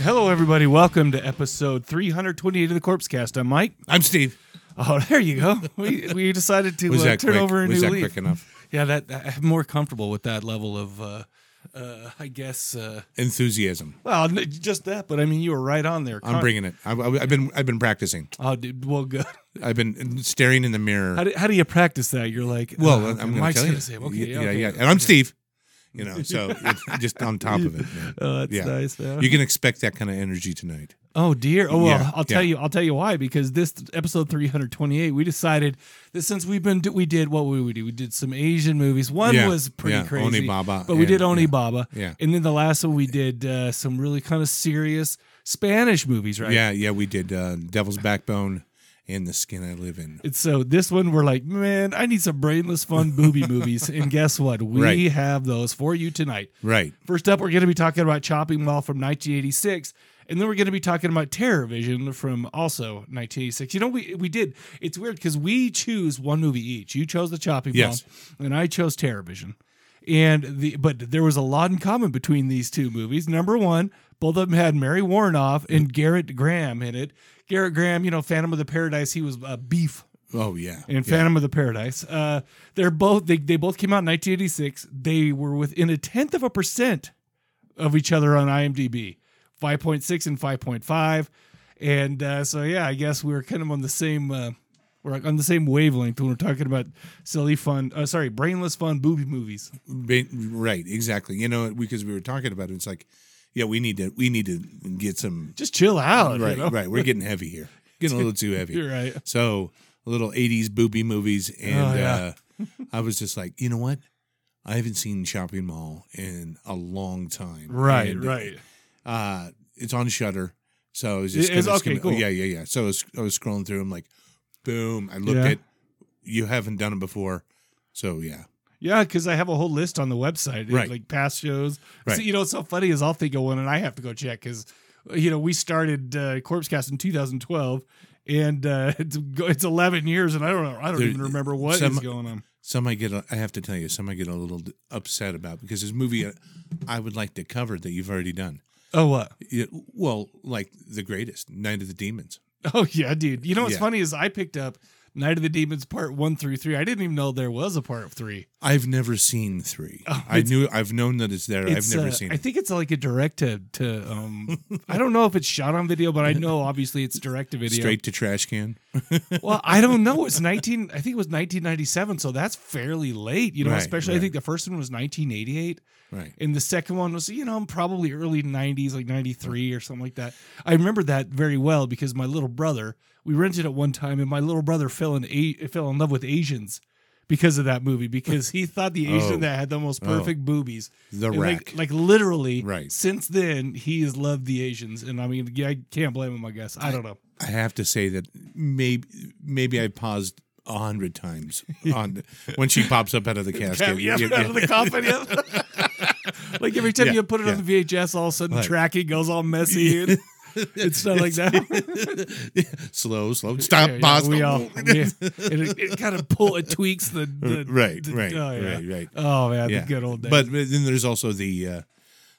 Hello, everybody. Welcome to episode 328 of the Corpse Cast. I'm Mike. I'm Steve. Oh, there you go. We, we decided to Was uh, that turn quick? over a Was new that leaf. quick enough? Yeah, that I'm more comfortable with that level of, uh, uh, I guess. Uh, Enthusiasm. well, n- just that, but I mean, you were right on there. I'm bringing it. I, I, I've been I've been practicing. Oh, dude, well, good. I've been staring in the mirror. How do, how do you practice that? You're like, well, uh, I'm going to Mike's tell gonna you. say, okay, Y- yeah, yeah, okay. yeah. And I'm Steve. You know, so it's just on top of it. man. Oh, that's Yeah. nice. Man. You can expect that kind of energy tonight. Oh dear. Oh well, Yeah, I'll tell yeah. you. I'll tell you why. Because this episode 328, we decided that since we've been do- we did what would we do? We did some Asian movies. One Yeah, was pretty yeah, crazy, Oni Baba But we did and- Oni yeah, Baba. yeah. And then the last one we did uh, some really kind of serious Spanish movies, right? Yeah, yeah. We did uh, Devil's Backbone and The Skin I Live In. And so this one we're like, man, I need some brainless fun booby movies. And guess what? We Right. have those for you tonight. Right. First up, we're going to be talking about Chopping Mall from 1986, and then we're going to be talking about Terror Vision from also 1986. You know, we we did. It's weird because we choose one movie each. You chose the Chopping Yes. Mall, and I chose Terror Vision. And the but there was a lot in common between these two movies. Number one, both of them had Mary Warnoff and Garrett Graham in it. Garrett Graham, you know, Phantom of the Paradise, he was uh, beef Oh yeah. and Yeah. Phantom of the Paradise. Uh, they're both they, they both came out in 1986. They were within a tenth of a percent of each other on IMDb, 5.6 and 5.5. And uh, so yeah, I guess we were kind of on the same uh, we're like on the same wavelength when we're talking about silly fun. Uh, sorry, brainless fun booby movies. Ba- Right. Exactly. You know, because we were talking about it, it's like, yeah, we need to we need to get some Just chill out, right, You know? right. We're getting heavy here. Getting a little too heavy. You're right. So little '80s booby movies, and Oh, yeah. uh, I was just like, you know what? I haven't seen Shopping Mall in a long time. Right, And, right. Uh, it's on Shutter, so I was just It is? gonna Okay, skim- cool. Yeah, yeah, yeah. So I was, I was scrolling through. I'm like, boom! I looked Yeah. at. You haven't done it before, so yeah. Yeah, because I have a whole list on the website, eh, Right. like past shows. So, Right. you know, it's so funny is I'll think of one and I have to go check because, you know, we started uh, Corpse Cast in 2012, and uh, it's it's 11 years, and I don't know, I don't There- even remember what is some- going on. Some I get. a- I have to tell you, some I get a little upset about because this movie uh, I would like to cover that you've already done. Oh, what? Yeah, well, like the greatest Night of the Demons. Oh yeah, dude. You know what's Yeah. funny is I picked up Night of the Demons Part One through Three. I didn't even know there was a Part Three. I've never seen three. Oh, I it's- knew I've known that it's there. It's, I've never uh, seen I it. think it's like a direct to, to um, I don't know if it's shot on video, but I know obviously it's direct to video. Straight to trash can. Well, I don't know. It's 19, I think it was 1997. So that's fairly late, you know, Right, especially I right. think the first one was 1988 Right. and the second one was, you know, probably early 90s, like 93 or something like that. I remember that very well because my little brother, we rented it one time and my little brother fell in, a- fell in love with Asians because of that movie because he thought the Asian Oh. that had the most Oh. perfect boobies. The And rack. Like, like literally Right. since then, he has loved the Asians. And I mean, yeah, I can't blame him, I guess. I don't know. I have to say that maybe maybe I paused a hundred times on when she pops up out of the casket. Yeah, Yeah, yeah, out of the coffin. yeah. like every time Yeah, you put it yeah. on the VHS, all of a sudden Right. tracking goes all messy. And it's not like that. yeah. slow, slow. Stop, Yeah, yeah, pause. we all, we, it, it kind of pull it tweaks the, the right, the- right, oh, yeah. right, right. Oh man, Yeah. the good old days. But, but then there's also the uh,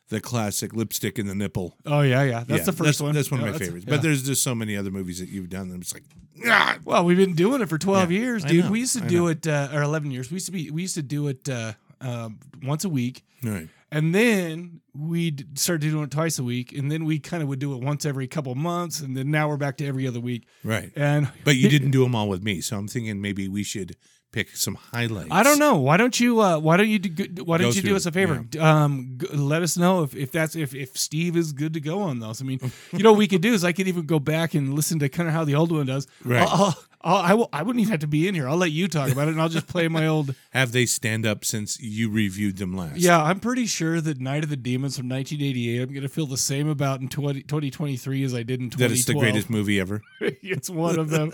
the classic lipstick in the nipple. oh yeah, yeah, that's Yeah, the first one. That's one Yeah, of my that's- favorites. yeah. But there's just so many other movies that you've done. And it's like, ah, Well, we've been doing it for 12 Yeah, years, I dude. know, we used to I do know. it, uh, or 11 years. We used to be, we used to do it uh, um, once a week, right. And then we'd start doing it twice a week, and then we kind of would do it once every couple months, and then now we're back to every other week. Right. And But you didn't do them all with me, so I'm thinking maybe we should pick some highlights. I don't know. Why don't you? Uh, why don't you? Do, why don't Go you do through us a it, favor? Um, g- let us know if, if that's if, if Steve is good to go on those. I mean, you know, what we could do is I could even go back and listen to kind of how the old one does. Right. I'll, I'll, I'll, I will, I wouldn't even have to be in here. I'll let you talk about it, and I'll just play my old. Have they stand up since you reviewed them last? Yeah, I'm pretty sure that Night of the Demons from 1988. I'm going to feel the same about in 20, 2023 as I did in 2012. That it's the greatest movie ever. it's one of them.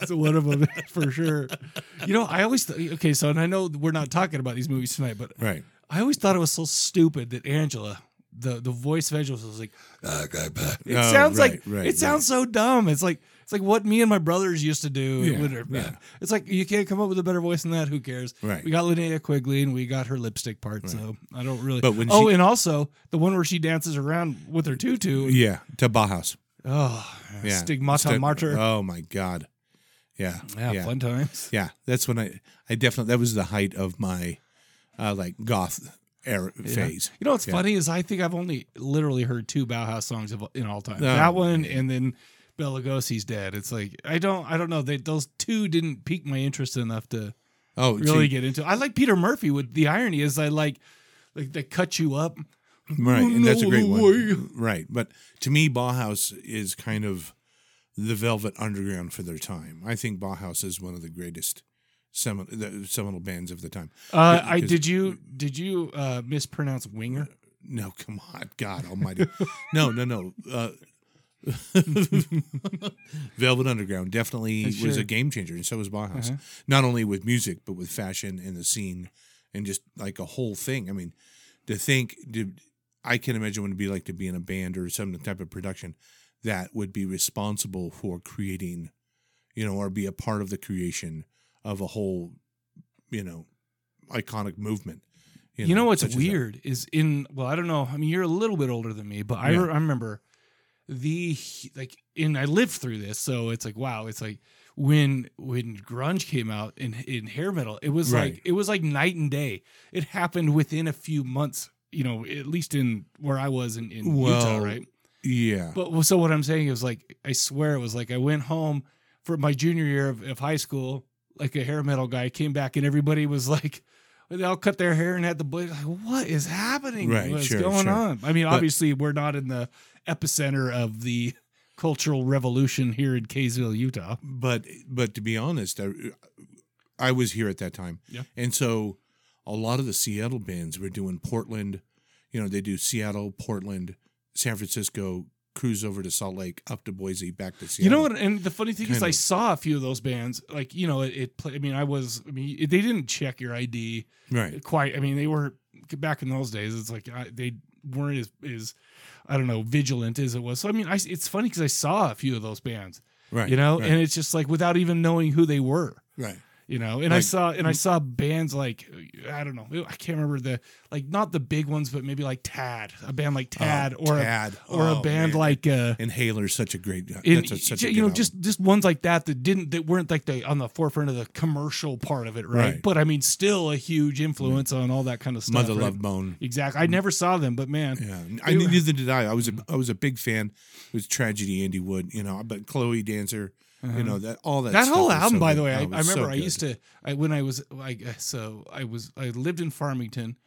It's one of them for sure. You know, I always th- okay. So, and I know we're not talking about these movies tonight, but Right. I always thought it was so stupid that Angela, the the voice of Angela, was like, "Ah, God, bah." it Oh, sounds right, like right, it sounds so dumb. It's like it's like what me and my brothers used to do. Yeah, when they're- yeah. It's like you can't come up with a better voice than that. Who cares? Right. We got Linnea Quigley and we got her lipstick part, so I don't really. But when oh, she- and also the one where she dances around with her tutu. and- Yeah. To Bajas. Oh, Yeah. stigmata Sti- mater. Oh my God. Yeah. yeah, Yeah. fun times. Yeah. That's when I I definitely that was the height of my uh like goth era phase. You know what's Yeah. funny is I think I've only literally heard two Bauhaus songs of, in all time. Oh, that one and then Bela Lugosi's dead. It's like I don't I don't know they those two didn't pique my interest enough to Oh, really see, get into. I like Peter Murphy. With the irony is I like like they cut you up. right, and that's a great No one. Right, but to me, Bauhaus is kind of the Velvet Underground for their time. I think Bauhaus is one of the greatest seminal, the seminal bands of the time. Uh, Yeah, I 'cause- did you did you uh, mispronounce winger? No, come on, God Almighty, no, no, no. Uh, Velvet Underground definitely Uh, was sure. a game changer, and so was Bauhaus. Uh-huh. Not only with music, but with fashion and the scene, and just like a whole thing. I mean, to think, to, I can imagine what it'd be like to be in a band or some type of production that would be responsible for creating, you know, or be a part of the creation of a whole, you know, iconic movement. You know, what's such as that. weird is in well, I don't know. I mean, you're a little bit older than me, but I, Yeah. re- I remember the like and I lived through this, so it's like wow, it's like when when grunge came out in in hair metal, it was Right. like it was like night and day. It happened within a few months, you know, at least in where I was in, in Well, Utah, right? Yeah. But well, so what I'm saying is like I swear it was like I went home for my junior year of, of high school, like a hair metal guy came back and everybody was like they all cut their hair and had the blade. Like, what is happening? Right, What's sure, going sure. on? I mean, But- obviously we're not in the epicenter of the cultural revolution here in Kaysville, Utah. but but to be honest, I, I was here at that time, Yeah. and so a lot of the Seattle bands were doing Portland. You know, they do Seattle, Portland, San Francisco, cruise over to Salt Lake, up to Boise, back to Seattle. You know what? And the funny thing is, Kind I of. saw a few of those bands. Like you know, it, it play, I mean, I was. I mean, they didn't check your ID. Right. quite. I mean, they were back in those days. It's like I, they weren't as as I don't know vigilant as it was. So I mean, I, it's funny because I saw a few of those bands, Right. you know, Right. and it's just like without even knowing who they were, right. you know. And I Like- saw and I saw bands like I don't know, I can't remember the like not the big ones, but maybe like Tad, a band like Tad, Oh, or Tad. A, or Oh, a band man. like uh, Inhaler, is such a great. in, that's a, such a you good know album. just just ones like that that didn't that weren't like the on the forefront of the commercial part of it right, Right. but i mean still a huge influence on all that kind of stuff Mother right? Love Bone. exactly i never saw them but man Yeah, I They were- Mm-hmm. neither did I. I was a, I was a big fan. It was tragedy, Andy Wood, you know, but Chloe Dancer, Uh-huh. you know that all that. that stuff whole was so album by good. the way i, I Oh, it was remember so i good. used to I, when i was like uh, so i was i lived in farmington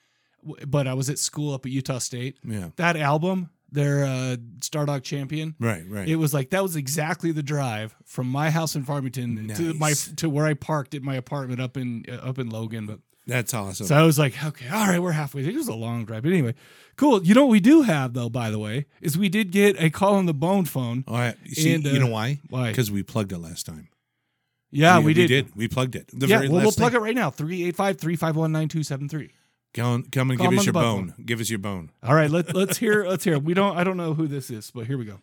w- but i was at school up at utah state Yeah, that album their uh stardog champion right, right. It was like that was exactly the drive from my house in Farmington to my Nice. to where I parked at my apartment up in uh, up in Logan. But That's awesome. So I was like, okay, all right, we're halfway. It was a long drive. But anyway, cool. You know what we do have though, by the way, is we did get a call on the bone phone. All right. Oh, You See, And, uh, you know why? Why? Because we plugged it last time. Yeah, we, did. We plugged it. The Yeah, very well, we'll last plug thing. it right now. 385 351 9273. Come, come and Call give him us on the your butt bone. Give us your bone. All right, let, let's hear. Let's hear. We don't, I don't know who this is, but here we go.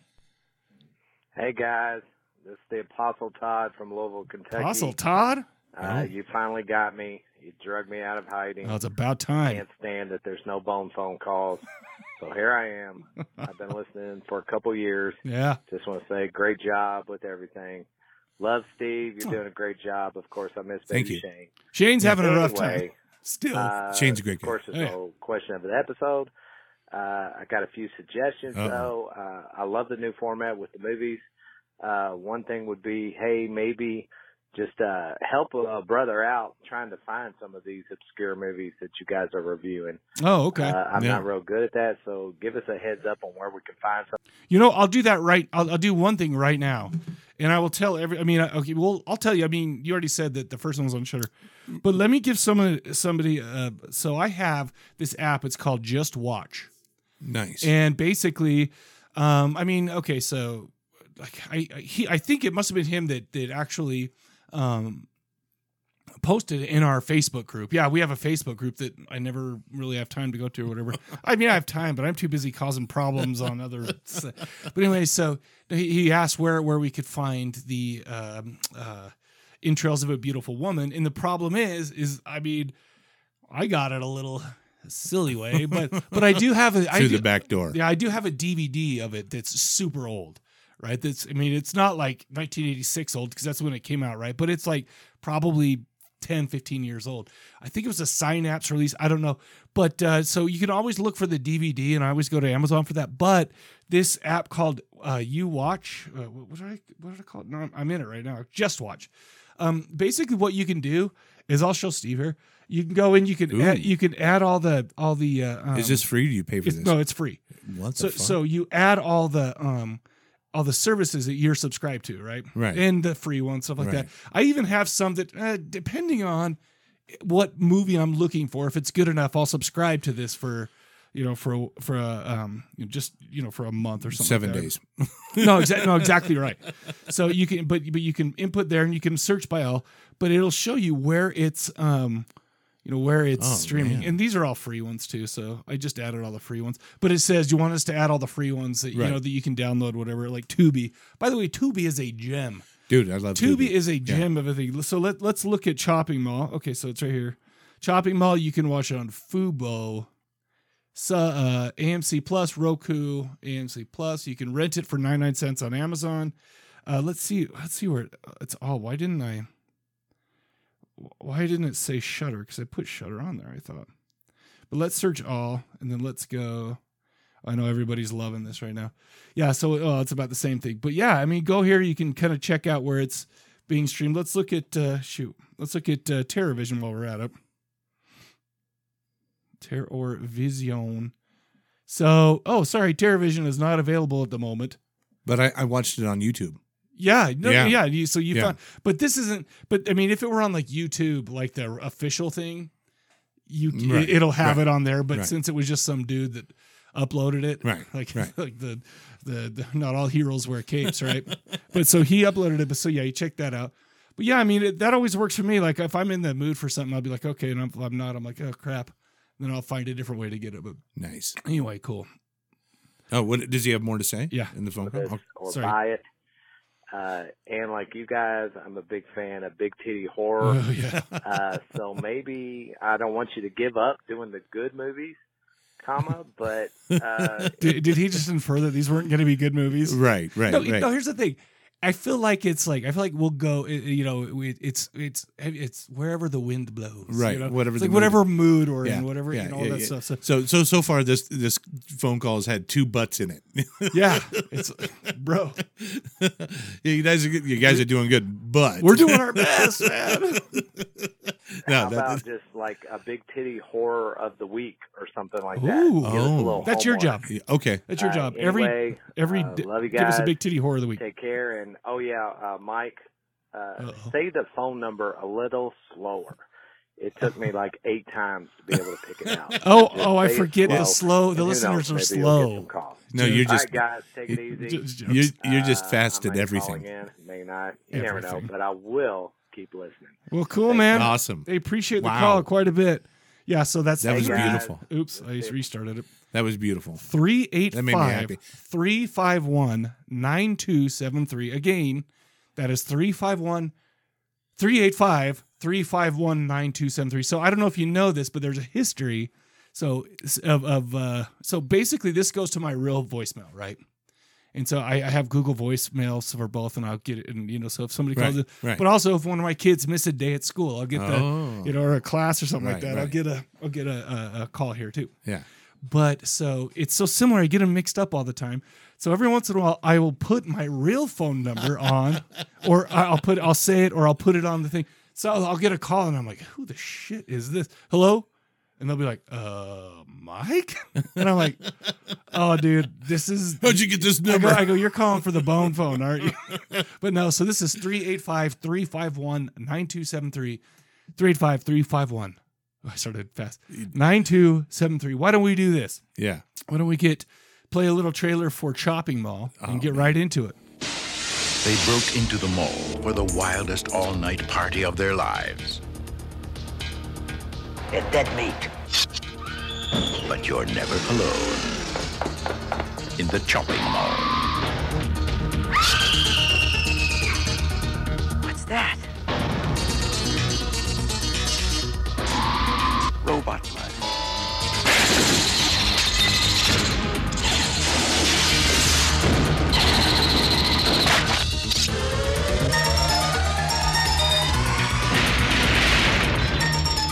Hey guys, this is the Apostle Todd from Louisville, Kentucky. Apostle Todd? Uh, you finally got me. You drugged me out of hiding. Oh, it's about time. Can't stand that there's no bone phone calls. so here I am. I've been listening for a couple years. Yeah. Just want to say, great job with everything. Love Steve. You're Oh. doing a great job. Of course, I miss Thank Baby you. Shane. Shane's having a rough time. Anyway, Still. uh, Shane's a great Of guy. course, it's Oh, yeah. the whole question of the episode. Uh, I got a few suggestions, Uh-oh. though. Uh, I love the new format with the movies. Uh, one thing would be, hey, maybe just uh, help a brother out trying to find some of these obscure movies that you guys are reviewing. Oh, okay. Uh, I'm Yeah. not real good at that, so give us a heads up on where we can find some. You know, I'll do that right. I'll, I'll do one thing right now, and I will tell every. I mean, I- okay, well, I'll tell you. I mean, you already said that the first one was on Shutter, but let me give someone somebody. Uh, so I have this app. It's called Just Watch, Nice. and basically, um, I mean, okay, so like I, I he I think it must have been him that that actually. Um, posted in our Facebook group. Yeah, we have a Facebook group that I never really have time to go to or whatever. I mean, I have time, but I'm too busy causing problems on other. s- But anyway, so he he asked where where we could find the um, uh, entrails of a beautiful woman, and the problem is, is I mean, I got it a little silly way, but but I do have a I Through do, the back door. yeah, I do have a DVD of it that's super old, right? That's I mean, it's not like 1986 old because that's when it came out, right? But it's like probably 10, 15 years old. I think it was a Synapse release. I don't know. But uh, so you can always look for the DVD, and I always go to Amazon for that. But this app called uh, You Watch, uh, what, what, did I, what did I call it? No, I'm, I'm in it right now. Just Watch. Um, basically, what you can do is I'll show Steve here. You can go in. You can Ooh. add, you can add all the all the. Uh, um, Is this free? Do you pay for it's, this? no? It's free What so the fuck? so you add all the um all the services that you're subscribed to right Right. and the free ones stuff like that Right. i even have some that uh, depending on what movie i'm looking for if it's good enough i'll subscribe to this for you know for a- for a um you know, just you know for a month or something Seven like that. days. no exactly no exactly right so you can but but you can input there and you can search by all but it'll show you where it's um you know where it's Oh, streaming man. and these are all free ones too so i just added all the free ones but it says you want us to add all the free ones that you Right. know that you can download whatever like tubi by the way tubi is a gem Dude, I love Tubi is a gem of a thing. So let let's look at Chopping Mall. Okay, so it's right here. Chopping Mall. You can watch it on Fubo, so, uh, AMC Plus, Roku, AMC Plus. You can rent it for ninety nine cents on Amazon. Uh, let's see. Let's see where it- it's. Oh, why didn't I? Why didn't it say Shutter? Because I put Shutter on there. I thought. But let's search all, and then let's go. I know everybody's loving this right now. Yeah, so oh, it's about the same thing. But yeah, I mean, go here. You can kind of check out where it's being streamed. Let's look at uh, shoot. Let's look at uh, TerraVision while we're at it. TerrorVision. So, oh, sorry, TerraVision is not available at the moment. But I, I watched it on YouTube. Yeah, no, yeah. Yeah. you, so you Yeah. found, but this isn't. But I mean, if it were on like YouTube, like the official thing, you Right, it'll have right, it on there. But right. since it was just some dude that uploaded it, Right, Like right. like the, the the not all heroes wear capes, right? but so he uploaded it. But so yeah, you check that out. But yeah, I mean it, that always works for me. Like if I'm in the mood for something, I'll be like, okay, and I'm, I'm not. I'm like, oh crap. Then I'll find a different way to get it. But Nice. anyway, cool. Oh, what does he have more to say? Yeah. In the phone with call? this Okay. or sorry. buy it. Uh, and like you guys, I'm a big fan of big titty horror. Oh yeah. uh, so maybe I don't want you to give up doing the good movies, comma, but uh, did, did he just infer that these weren't going to be good movies? Oh, Right, right, no, right. no. Here's the thing. I feel like it's like I feel like we'll go. it- You know, we- it's it's it's wherever the wind blows. you Right, know? whatever It's the like mood- whatever mood or Yeah, in whatever yeah, you know all yeah, that yeah. stuff. So So so so far this this phone call has had two butts in it. yeah, it's bro. you guys are good- you guys are doing good, but We're doing our best, man. no, how about that, just like a big titty horror of the week or something like Ooh. that? Give us a little Oh. That's your homework. job. yeah, okay. That's your Uh, job. anyway, every every uh, di- love you give us a guys. big titty horror of the week. Take care, and oh yeah, uh, Mike, uh, Uh-oh. say the phone number a little slower. It took me like eight times to be able to pick it out. Oh Just oh, I say it forget the slow. and The who listeners are knows, maybe you'll get slow. some calls. No, Dude, you're All just right, guys, take it you- easy. Just jokes. you're you're just Uh, fast I at may everything. Call again, may not. You never know, Everything. but I will keep listening. well, cool, man. Awesome. They appreciate the Wow. call quite a bit. Yeah, so that's That was guys. beautiful. Oops, I just restarted it. That was beautiful. 385 happy. 351 9273. Again, that is 351 385 351 9273. So I don't know if you know this, but there's a history. So of, of uh, so basically this goes to my real voicemail, right? And so I, I have Google voicemails for both, and I'll get it. And you know, so if somebody calls Right, it, right. but also if one of my kids miss a day at school, I'll get the Oh. you know, or a class or something like Right, that. I'll right. get a I'll get a, a, a call here too. Yeah. But so it's so similar. I get them mixed up all the time. So every once in a while, I will put my real phone number on, or I- I'll put, I'll say it, or I'll put it on the thing. So I'll, I'll get a call, and I'm like, "Who the shit is this? Hello?" And they'll be like, "Uh, Mike," and I'm like, "Oh, dude, this is How'd you get this I go, number? I go, you're calling for the bone phone, aren't you? but no, so this is 385 351 9273. 385 351. Oh, I started fast. 9273. Why don't we do this? yeah. Why don't we get play a little trailer for Chopping Mall Oh, and get right into it? They broke into the mall for the wildest all night party of their lives. Get that meat. But you're never alone. In the chopping mall, What's that? robot blood,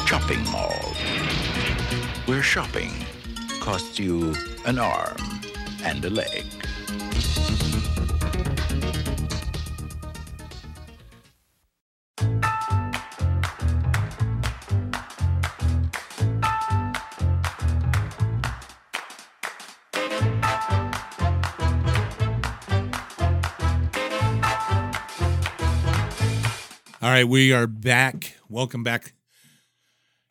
chopping mall. Where shopping costs you an arm and a leg. All right, we are back. Welcome back.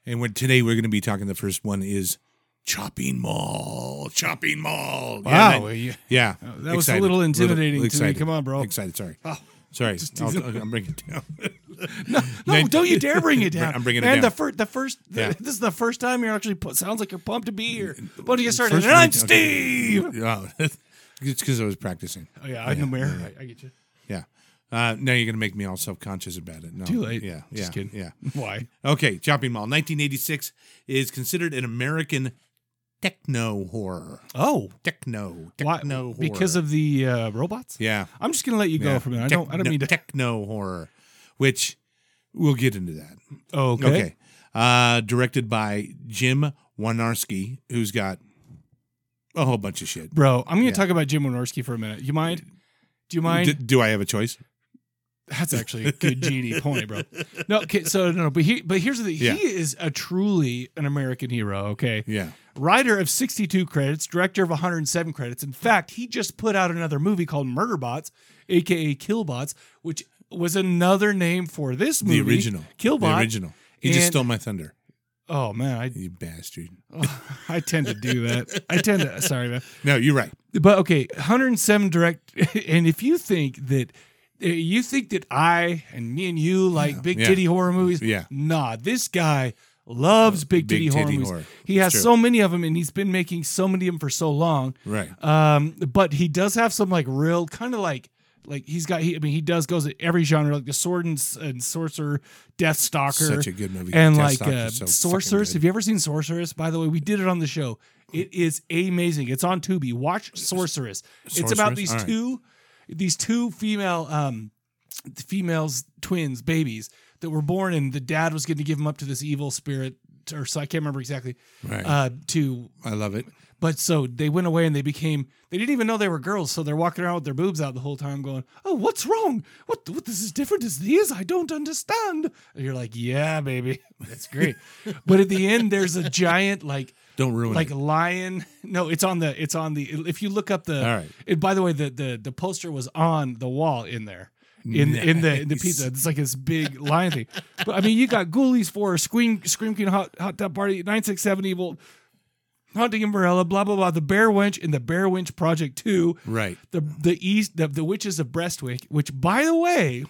And we're, today we're going to be talking. The first one is Chopping Mall. Chopping Mall. Yeah, Wow, that- yeah. yeah. that was a little intimidating to me. Come on, bro. Oh. Excited. Sorry. Sorry. I'll, I'll bring it down. No, Nin- don't you dare bring it down. I'm bringing it Man, down. The first, the first, Yeah. this is the first time you're actually. Pu- sounds like you're pumped to be here. But you started. First and I'm one- Steve. okay. Yeah. it's because I was practicing. Oh yeah, I'm the mayor. I, I get you. Yeah. Uh, now you're going to make me all self conscious about it. No. Too late. Yeah. Yeah. Just kidding. Yeah. Why? Okay, Chopping Mall, 1986 is considered an American techno horror. Oh, Techno, why? techno horror. Because of the uh, robots. yeah, I'm just gonna let you go yeah. for a minute. I don't. I don't Techno- mean to. techno horror, which we'll get into that. okay. Okay, Uh, directed by Jim Wanarski, who's got a whole bunch of shit. Bro, I'm going to Yeah. talk about Jim Wynorski for a minute. You mind? Do you mind? D- do I have a choice? That's actually a good genie point, bro. No, okay, so no, no, but he, but here's the thing. Yeah. He is a truly an American hero. Okay, Yeah, writer of 62 credits, director of 107 credits. In fact, he just put out another movie called Murderbots, aka Killbots, which was another name for this movie. the original, Killbot. the original. He just And- stole my thunder, Oh man, I you bastard. I tend to do that. I tend to. Sorry, man. No, you're right. But okay, 107 direct. And if you think that uh, you think that I and me and you like big yeah. titty horror movies, Yeah. nah, this guy loves big, Big titty, horror titty movies. horror. He has It's true. so many of them, and he's been making so many of them for so long. Right. Um, but he does have some like real kind of like like he's got. He, I mean, he does goes at every genre, like the sword and, s- and sorcerer, Death Stalker, Such a good movie. and Death like Stalker's uh, so fucking Sorceress. good. Have you ever seen Sorceress? By the way, we did it on the show. It is amazing. It's on Tubi. Watch Sorceress. It's about Sorceress? these All right. two, these two female, um, females, twins, babies that were born, and the dad was going to give them up to this evil spirit, or so I can't remember exactly. Right. Uh, to I love it. but so they went away and they became they didn't even know they were girls, so they're walking around with their boobs out the whole time going, Oh, what's wrong? What what this is different as these? I don't understand. And you're like, Yeah, baby. That's great. but at the end there's a giant like Don't ruin like it. lion. No, it's on the it's on the if you look up the All right. and by the way, the the the poster was on the wall in there. In, in the in the pizza, it's like this big lion thing. But I mean, you got Ghoulies for Scream Scream King Hot Hot Tub Party nine six seven Evil Haunting Umbrella, blah blah blah. The Bear Winch and the Bear Winch Project Two. Right. The the East the, the Witches of Brestwick, which by the way,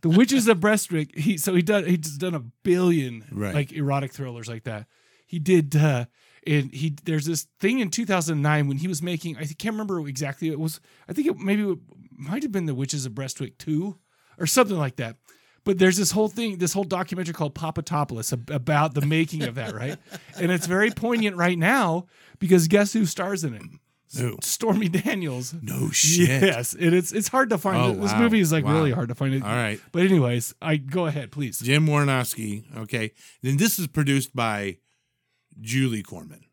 the Witches of Brestwick. He so he done he's done a billion Right. like erotic thrillers like that. He did. uh and he there's this thing in 2009 when he was making I can't remember exactly it was I think it maybe it might have been the Witches of Brestwick two or something like that. But there's this whole thing, this whole documentary called Papatopoulos ab- about the making of that, right? And it's very poignant right now because guess who stars in it? Who? Stormy Daniels. No shit. Yes, and it's it's hard to find. Oh, this wow. movie is like Wow. really hard to find. It. All right. But anyways, I go ahead, please. Jim Warnowski. Okay. Then this is produced by Julie Corman.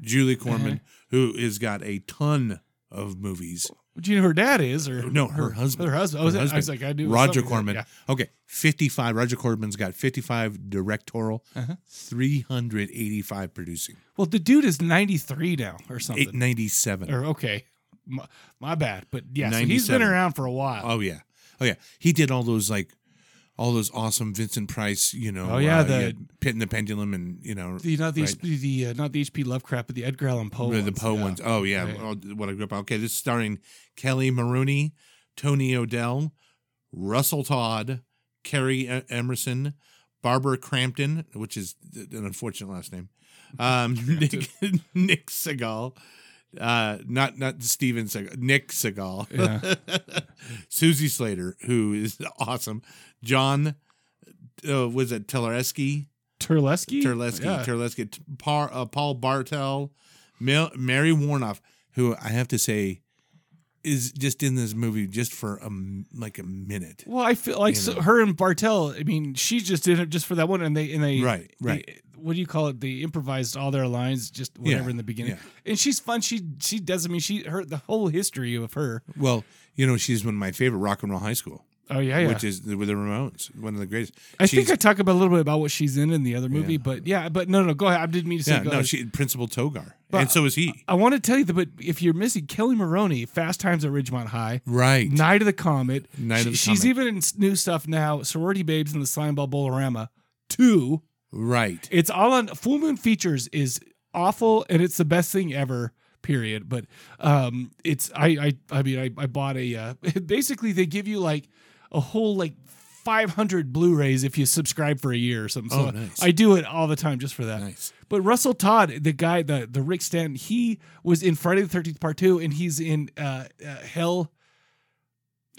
Julie Uh-huh. Corman, who has got a ton of movies. Do you know who her dad is or No, her, husband. Her husband. I was, I was like, I do. Roger Corman. Okay, 55. Roger Corman's got 55 directorial, Uh-huh. 385 producing, Well, the dude is 93 now or something. Er, 897. or okay, my, my bad. But yeah, so he's been 97. around for a while. Oh yeah, oh yeah. He did all those like all those awesome Vincent Price, you know. Oh, yeah, you the- had Pit and the Pendulum, and you know the not the right, the uh, not the HP Lovecraft, but the Edgar Allan Poe. the, the ones, Poe yeah. ones. Oh yeah, Right. Oh, what a grip. Okay, this is starring Kelly Maroney, Tony Odell, Russell Todd, Carrie E- Emerson, Barbara Crampton, which is an unfortunate last name. Um, Nick, Nick Segal. Uh, not not Steven Seagal, Nick Segal. Yeah. Susie Slater, who is awesome. John, uh, was it Telereski? Turleski. Terleski, Yeah. Terleski, T- Par, uh, Paul Bartel, Mel, Mary Warnoff, who I have to say is just in this movie just for a m- like a minute. well, I feel like You so know. her and Bartel. I mean, she just did it just for that one, and they and they Right, right. they- what do you call it? They improvised all their lines, just whatever Yeah, in the beginning. yeah. And she's fun. She she does. I mean, she her the whole history of her. Well, you know she's one of my favorite rock and roll high school, Oh yeah, yeah. which is the, with the Ramones, one of the greatest. I think She's- I talk about a little bit about what she's in in the other movie, but yeah, but no, no, go ahead. I didn't mean to say. yeah, go no, ahead. she Principal Togar, But- uh, and so is he. I want to tell you that, but if you're missing Kelly Maroney, Fast Times at Ridgemont High, Right. Night of the Comet, Night of the she's Comet. even in s- new stuff now. Sorority Babes and the Slime Ball Bolorama, two. right. It's all on Full Moon Features is awful, and it's the best thing ever. Period. But um, it's I I I mean I I bought a uh, basically they give you like a whole like. 500 Blu-rays if you subscribe for a year or something. So Oh, nice. I do it all the time just for that. Nice. But Russell Todd, the guy, the the Rick Stanton, he was in Friday the Thirteenth Part Two, and he's in uh, uh, Hell.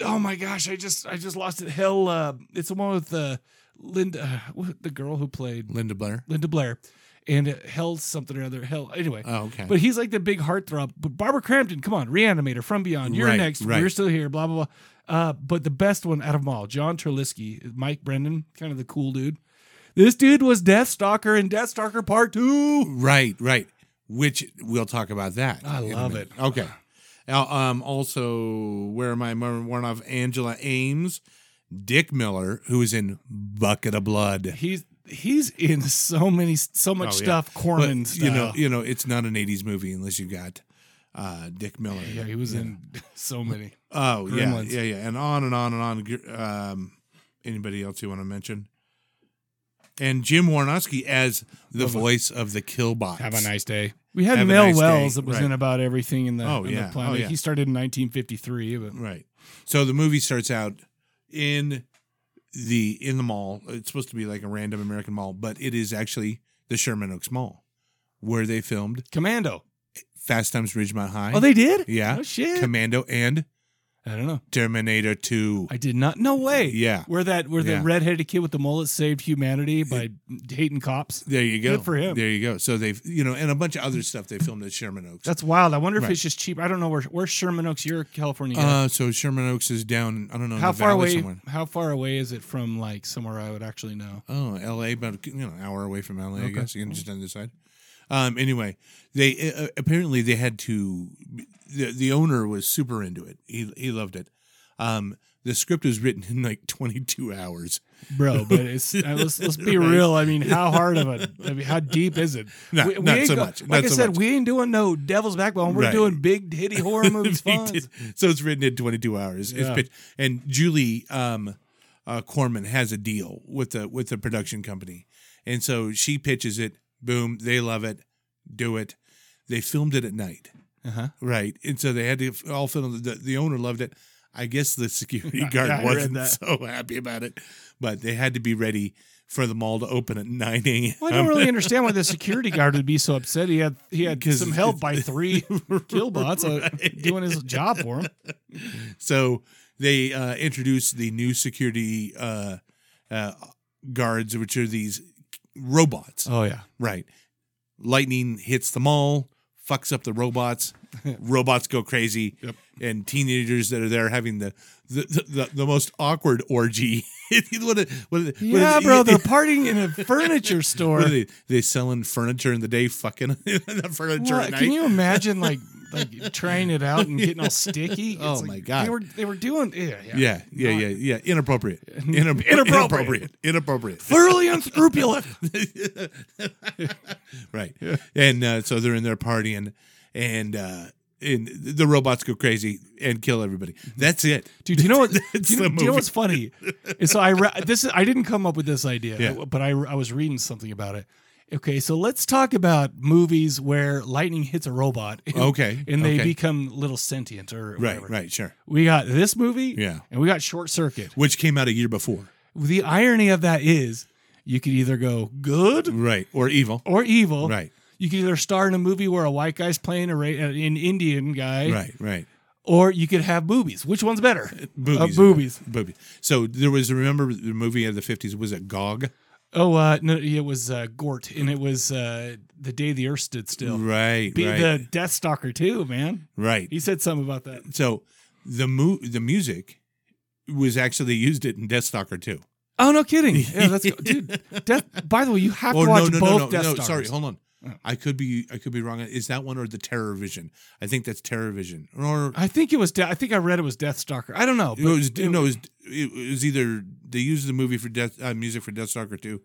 Oh my gosh, I just I just lost it. Hell, uh, it's the one with uh, Linda, uh, what- the girl who played Linda Blair. Linda Blair, and uh, Hell something or other. Hell, anyway. Oh, okay. But he's like the big heartthrob. But Barbara Crampton, come on, Reanimator, From Beyond, you're Right, next, right. you're still here, blah blah blah. Uh, but the best one out of them all, John Terlisky, Mike Brendan, kind of the cool dude. This dude was Deathstalker in Deathstalker Part Two. Right, right. Which we'll talk about that. I in a love minute. it. Okay. Now, um, also, where am I? Marvin Warnoff, Angela Ames, Dick Miller, who is in Bucket of Blood. He's he's in so many so much Oh, yeah. stuff. Corman, But, you know, you know, it's not an '80s movie unless you got uh, Dick Miller. yeah, he was in so many. Oh Gremlins. yeah, yeah, yeah, and on and on and on. Gr- Um, anybody else you want to mention? And Jim Warnowski as the voice of the Killbox. day. We had Have a Mel nice day. Wells that was Right. in about everything in the, Oh, in yeah. the Oh, planet. yeah. He started in 1953, but Right. So the movie starts out in the in the mall. It's supposed to be like a random American mall, but it is actually the Sherman Oaks Mall where they filmed Commando. Fast Times at Ridgemont High. Oh, they did. yeah. Oh shit. Commando and I don't know. Terminator 2. I did not. No way. Yeah. Where that where Yeah. the redheaded kid with the mullet saved humanity by hating cops. there you go. Good for him. There you go. So they've, you know, and a bunch of other stuff they filmed at Sherman Oaks. That's wild. I wonder if Right. it's just cheap. I don't know where where Sherman Oaks. You're California. uh, so Sherman Oaks is down, I don't know, in how the far valley away? somewhere. How far away is it from like somewhere I would actually know? Oh, L.A. About you know an hour away from L.A. I guess you can just on the side. Um. Anyway, they uh, apparently they had to. The the owner was super into it. He he loved it. Um. The script was written in like 22 hours. bro. But it's uh, let's let's be Right. real. I mean, how hard of a, I mean, how deep is it? No, not ain't so much. Like Not I so said, much. we ain't doing no Devil's Backbone. We're Right. doing big hitty horror movies. fun. so it's written in 22 hours. It's Yeah. been- and Julie um, uh, Corman has a deal with the with the production company, and so she pitches it. Boom, they love it. Do it. They filmed it at night. Uh-huh. Right. And so they had to f- all film. The, the owner loved it. I guess the security guard I read wasn't that. so happy about it, but they had to be ready for the mall to open at 9 a.m. Well, I don't really understand why the security guard would be so upset. He had he had 'Cause some it's- help by three killbots uh, doing his job for him. so they uh, introduced the new security uh, uh, guards, which are these robots. Oh yeah, Right. Lightning hits the mall. fucks up the robots. robots go crazy, Yep. and teenagers that are there having the the, the, the, the most awkward orgy. What a- what a- what a- Yeah, bro, they're partying in a furniture store. What are they? They selling furniture in the day, fucking the furniture What? at night. Can you imagine like like trying it out and getting all sticky? It's Oh, like, my God. They were they were doing yeah yeah, yeah, yeah, yeah, yeah. Inappropriate. Inap- Inappropriate. Inappropriate. thoroughly unscrupulous. right. And uh, so they're in there partying, and uh, and the robots go crazy and kill everybody. That's it. Mm-hmm. Dude, do you know what? Do That's you know, the do you know movie. what's funny? Is so I re- this is, I didn't come up with this idea, Yeah. but I I was reading something about it. Okay, so let's talk about movies where lightning hits a robot. And, Okay, and they okay. become little sentient or Right. whatever. Right. Sure. We got this movie, Yeah. and we got Short Circuit. Which came out a year before. The irony of that is, you could either go good Right. Or evil. or evil, Mm. Right. You could either star in a movie where a white guy's playing a ra- uh, an Indian guy, Right. Right. or you could have boobies. Which one's better? Boobies. Uh, boobies. Boobies. So there was. Remember the movie of the fifties was it Gog? Oh, uh, no, it was uh, Gort, and it was uh, the day the Earth stood still. Right. Be right. the Death Stalker too, man. right. He said something about that. So the mu- the music was actually they used it in Death Stalker too. Oh no, kidding. Yeah, that's dude. Death. By the way, you Oh, have to watch both Death Stalkers. sorry, hold on. Oh. I could be I could be wrong. Is that one or the Terror Vision? I think that's Terror Vision. Or I think it was. De- I think I read it was Death Stalker. I don't know. it was no, it was, it was either they used the movie for Death uh, music for Death Stalker too.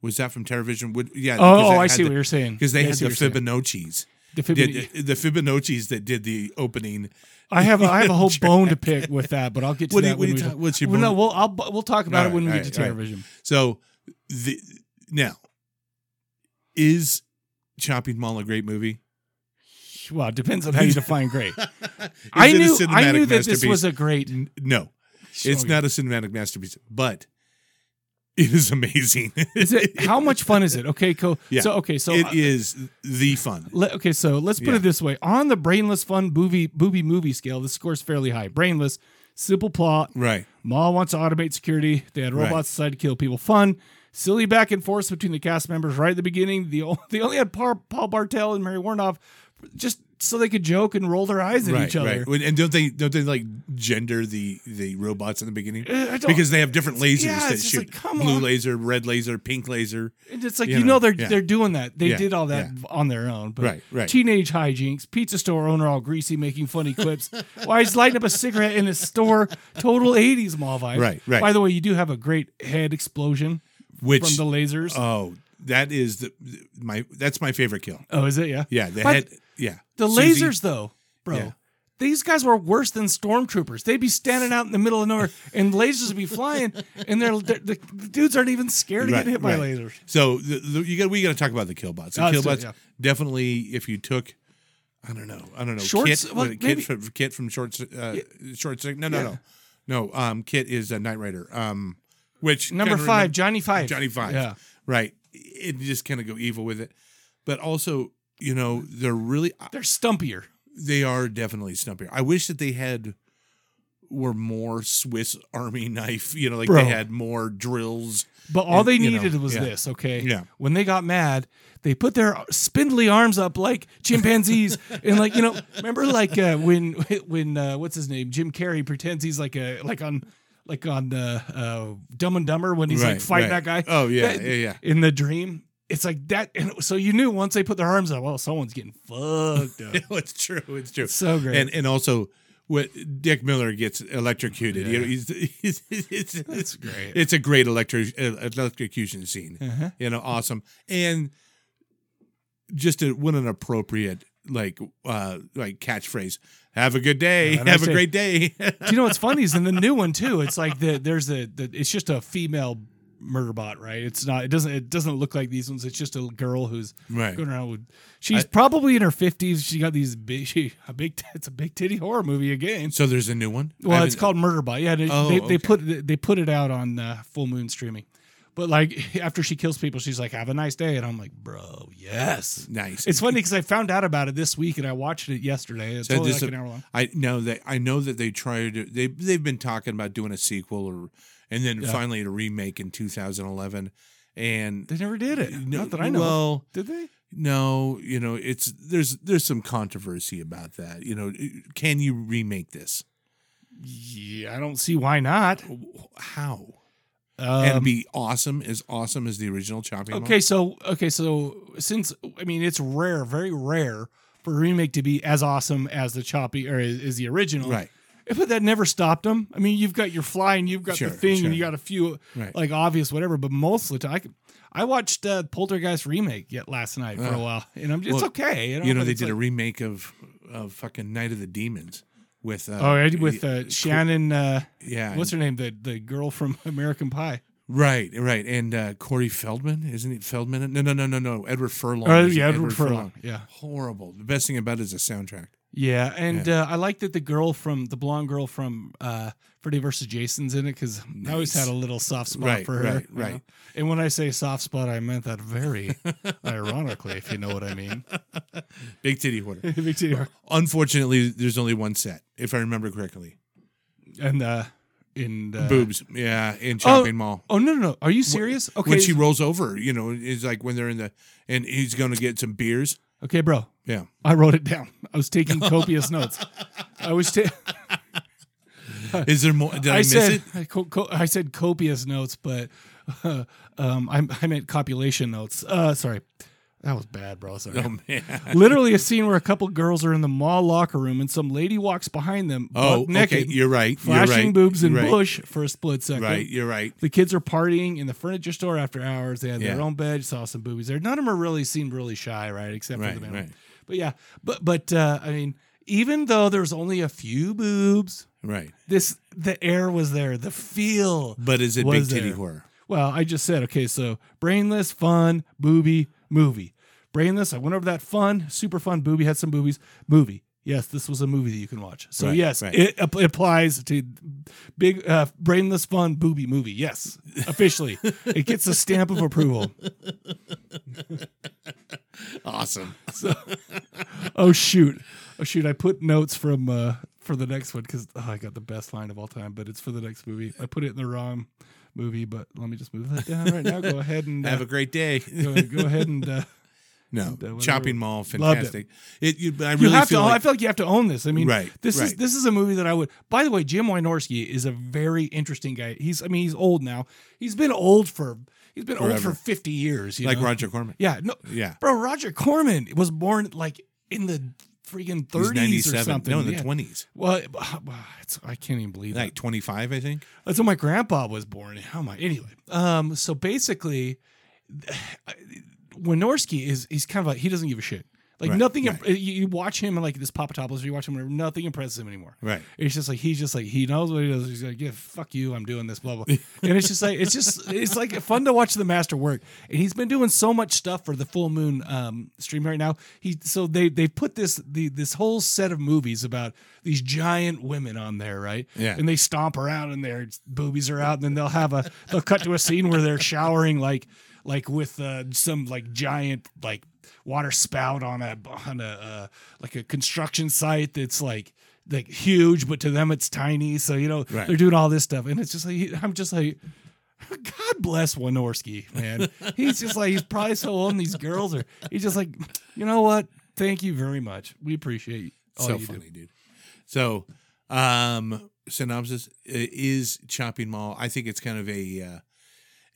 Was that from Terror Vision? Would yeah? Oh, oh, I see what you're saying. Because they Yeah, I had see the what you're saying. Fibonacci's. The Fibonacci- Did, the Fibonacci's that did the opening. I have I have a whole bone to pick with that, but I'll get to What do that. you- what when do you we ta- talk- what's your well, no? bone- We'll I'll, bu- we'll talk about All it when right, we all get to right, all right. television. So the now is Chopping Mall a great movie? Well, it depends on how you define great. Is I it a knew I cinematic knew that this masterpiece? was a great. N- no. It's Oh, not a cinematic masterpiece, but it is amazing. Is it how much fun is it? Okay, cool. Yeah. So okay, so it uh, is the fun. le- okay, so let's put Yeah. it this way: on the brainless fun booby booby movie scale, this score's fairly high. Brainless, simple plot. Right. Maul wants to automate security. They had robots Right. decide to kill people. Fun, silly back and forth between the cast members right at the beginning. The o- they only had Par- Paul Bartel and Mary Warnoff just so they could joke and roll their eyes at Right, each other. right. When- And don't they don't they like gender the the robots in the beginning? Uh, I don't- Because they have different lasers yeah, that it's just shoot like, come blue on. laser, red laser, pink laser. And it's like You you, know, know, they're yeah. they're doing that. They Yeah, did all that on their own. But Right, right. Teenage hijinks. Pizza store owner all greasy making funny quips. Why he's lighting up a cigarette in his store? Total eighties mall vibes. Right, right. By the way, you do have a great head explosion Which from the lasers. oh, that is the my that's my favorite kill. oh, is it? Yeah. Yeah, they But had yeah. The Susie- lasers, though, bro. Yeah. These guys were worse than stormtroopers. They'd be standing out in the middle of nowhere, and lasers would be flying, and they're, they're the, the dudes aren't even scared to Right, get hit by right. lasers. So the, the, you got we got to talk about the killbots. The Oh, let's do it, killbots yeah. definitely if you took I don't know I don't know Shorts? Kit, Well, what, maybe- Kit, from, Kit from short uh, short Circuit- no no Yeah. no no um Kit is a Knight Rider um which Number kinda five, remem- Johnny Five. Johnny Five Yeah. right it just kind of go evil with it but also you know they're really uh, They're stumpier. they are definitely snumpier I wish that they had were more Swiss Army knife you know like Bro. they had more drills But all And, they you know, needed was yeah. this, okay? Yeah. When they got mad, they put their spindly arms up like chimpanzees, and like you know, remember like uh, when when uh, what's his name Jim Carrey pretends he's like a like on like on uh, uh, Dumb and Dumber when he's like Right, fighting right. that guy. Oh, yeah, That- yeah, yeah. In the dream, it's like that. And so you knew once they put their arms up, well, someone's getting fucked up. it's true. It's true. So great. And and also, what Dick Miller gets electrocuted. You know, he's, he's, it's, That's great. It's a great electro uh, electrocution scene. Uh-huh. You know, awesome and just a, what an appropriate like uh like catchphrase. Have a good day. Yeah, and I Have a say- great day. Do you know what's funny is in the new one too. It's like the there's a the, it's just a female murder bot, right? It's not it doesn't it doesn't look like these ones. It's just a girl who's Right. going around with. She's probably in her fifties. She got these big she, a big t- it's a big titty horror movie again. so there's a new one. I Well, it's haven't- called Murder Bot. Yeah, they, Oh, they, okay. they put it- they put it out on uh, Full Moon streaming. But like after she kills people, she's like, "Have a nice day," and I'm like, "Bro, yes." nice. It's funny because I found out about it this week and I watched it yesterday. It's So only this- like an hour long. I know that I know that they tried to they they've been talking about doing a sequel or and then finally a remake in 2011 and They never did it. No, Not that I know. of. Well, Did they? no, you know, it's there's there's some controversy about that. You know, can you remake this? Yeah, I don't see why not. How? and Um, be awesome as awesome as the original Chopping okay, so okay, so since I mean it's rare, very rare for a remake to be as awesome as the choppy or is, is the original, Right. But that never stopped them. I mean, you've got your fly and you've got Sure, the thing sure. and you got a few Right. like obvious whatever. But most of the time, I, could- I watched uh, Poltergeist remake yet last night for a Ah. while, and I'm it's Well, okay. You know, but they it's did a like- remake of of fucking Night of the Demons with uh, oh I did with y- uh, Shannon. Uh, yeah, what's her name? The the girl from American Pie. Right, right, and uh, Corey Feldman, isn't it Feldman? No, no, no, no, no. Edward Furlong. Oh is yeah, Edward Furlong. Yeah, Horrible. The best thing about it is the soundtrack. yeah, and Uh, I like that the girl from the blonde girl from uh, Freddy versus Jason's in it because I always Nice. had a little soft spot Right, for her. right, you know? right. And when I say soft spot, I meant that very ironically, if you know what I mean. Big titty hoarder. Big deal. Unfortunately, there's only one set, if I remember correctly. and uh, in uh, Boobs. Yeah, in Chopping Mall. Oh no, no, no! Are you serious? Okay, When she rolls over, you know, it's like when they're in the and he's going to get some beers. okay, bro. Yeah. I wrote it down. I was taking copious notes. I was. Ta- Is there more? Did I, I, miss said it? I, co- co- I said copious notes, but uh, um, I, I meant copulation notes. Uh, sorry, that was bad, bro. Sorry. Oh man. Literally a scene where a couple girls are in the mall locker room and some lady walks behind them, Oh, butt naked, okay. You're right. You're flashing right. boobs and You're right. bush for a split second. Right. You're right. The kids are partying in the furniture store after hours. They had their Yeah. own bed. Saw some boobies there. None of them are really seemed really shy, right? Except for Right. the man. Right. But yeah, but but uh, I mean, even though there's only a few boobs, Right. this the air was there, the feel. But is it big was titty there. horror? Well, I just said okay. So brainless, fun, booby, movie. Brainless. I went over that fun, super fun. Booby had some boobies. Movie. Yes, this was a movie that you can watch. So Right, yes, right. it app- applies to big uh, brainless fun booby movie. Yes, officially, it gets a stamp of approval. Awesome. Oh shoot, oh shoot! I put notes from uh, for the next one because oh, I got the best line of all time, but it's for the next movie. I put it in the wrong movie, but let me just move that down right now. Go ahead and uh, Have a great day. go, go ahead and uh, No, And, uh, whatever. Chopping Mall, it. fantastic. It. you, but I you really have feel to. I like feel like you have to own this. I mean, Right, this is right. this is a movie that I would. By the way, Jim Wynorski is a very interesting guy. He's I mean he's old now. He's been old for he's been old Forever. for fifty years. You like know? Roger Corman. Yeah, no, Yeah, bro. Roger Corman was born like in the freaking he's thirties or something. No, in the Yeah. twenties, Well, it- wow, it's, I can't even believe that. like twenty-five, I think. That's when my grandpa was born. How am I? Anyway, um, so basically, Winorski is he's kind of like he doesn't give a shit. Like Right, nothing. imp- right. you you watch him and like this Papatopoulos, or you watch him, whatever, nothing impresses him anymore. Right. It's just like he's just like he knows what he does. He's like, yeah, fuck you, I'm doing this, blah blah. and it's just like it's just it's like fun to watch the master work. And he's been doing so much stuff for the Full Moon um, stream right now. He so they they put this the this whole set of movies about these giant women on there, right? Yeah. And they stomp around and their boobies are out, and then they'll have a they'll cut to a scene where they're showering like like with uh, some like giant like water spout on a on a uh, like a construction site that's like like huge, but to them it's tiny. So you know Right. they're doing all this stuff, and it's just like I'm just like. God bless Winorski, man. He's just like he's probably so old, and these girls are. He's just like, you know what? Thank you very much. We appreciate all so Oh, you do. funny, dude. So, um, synopsis uh, is Chopping Mall. I think it's kind of a uh,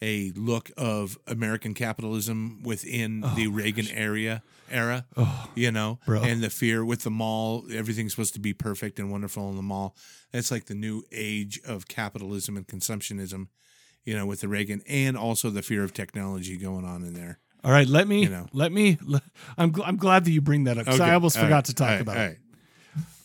a look of American capitalism within the Reagan area era. you know, Oh, Bro. and the fear with the mall. Everything's supposed to be perfect and wonderful in the mall. That's like the new age of capitalism and consumptionism. You know, with the Reagan and also the fear of technology going on in there. All right, let me. You know. Let me. le- I'm. Gl- I'm glad that you bring that up. 'cause I almost all right, forgot to talk all right, about all it.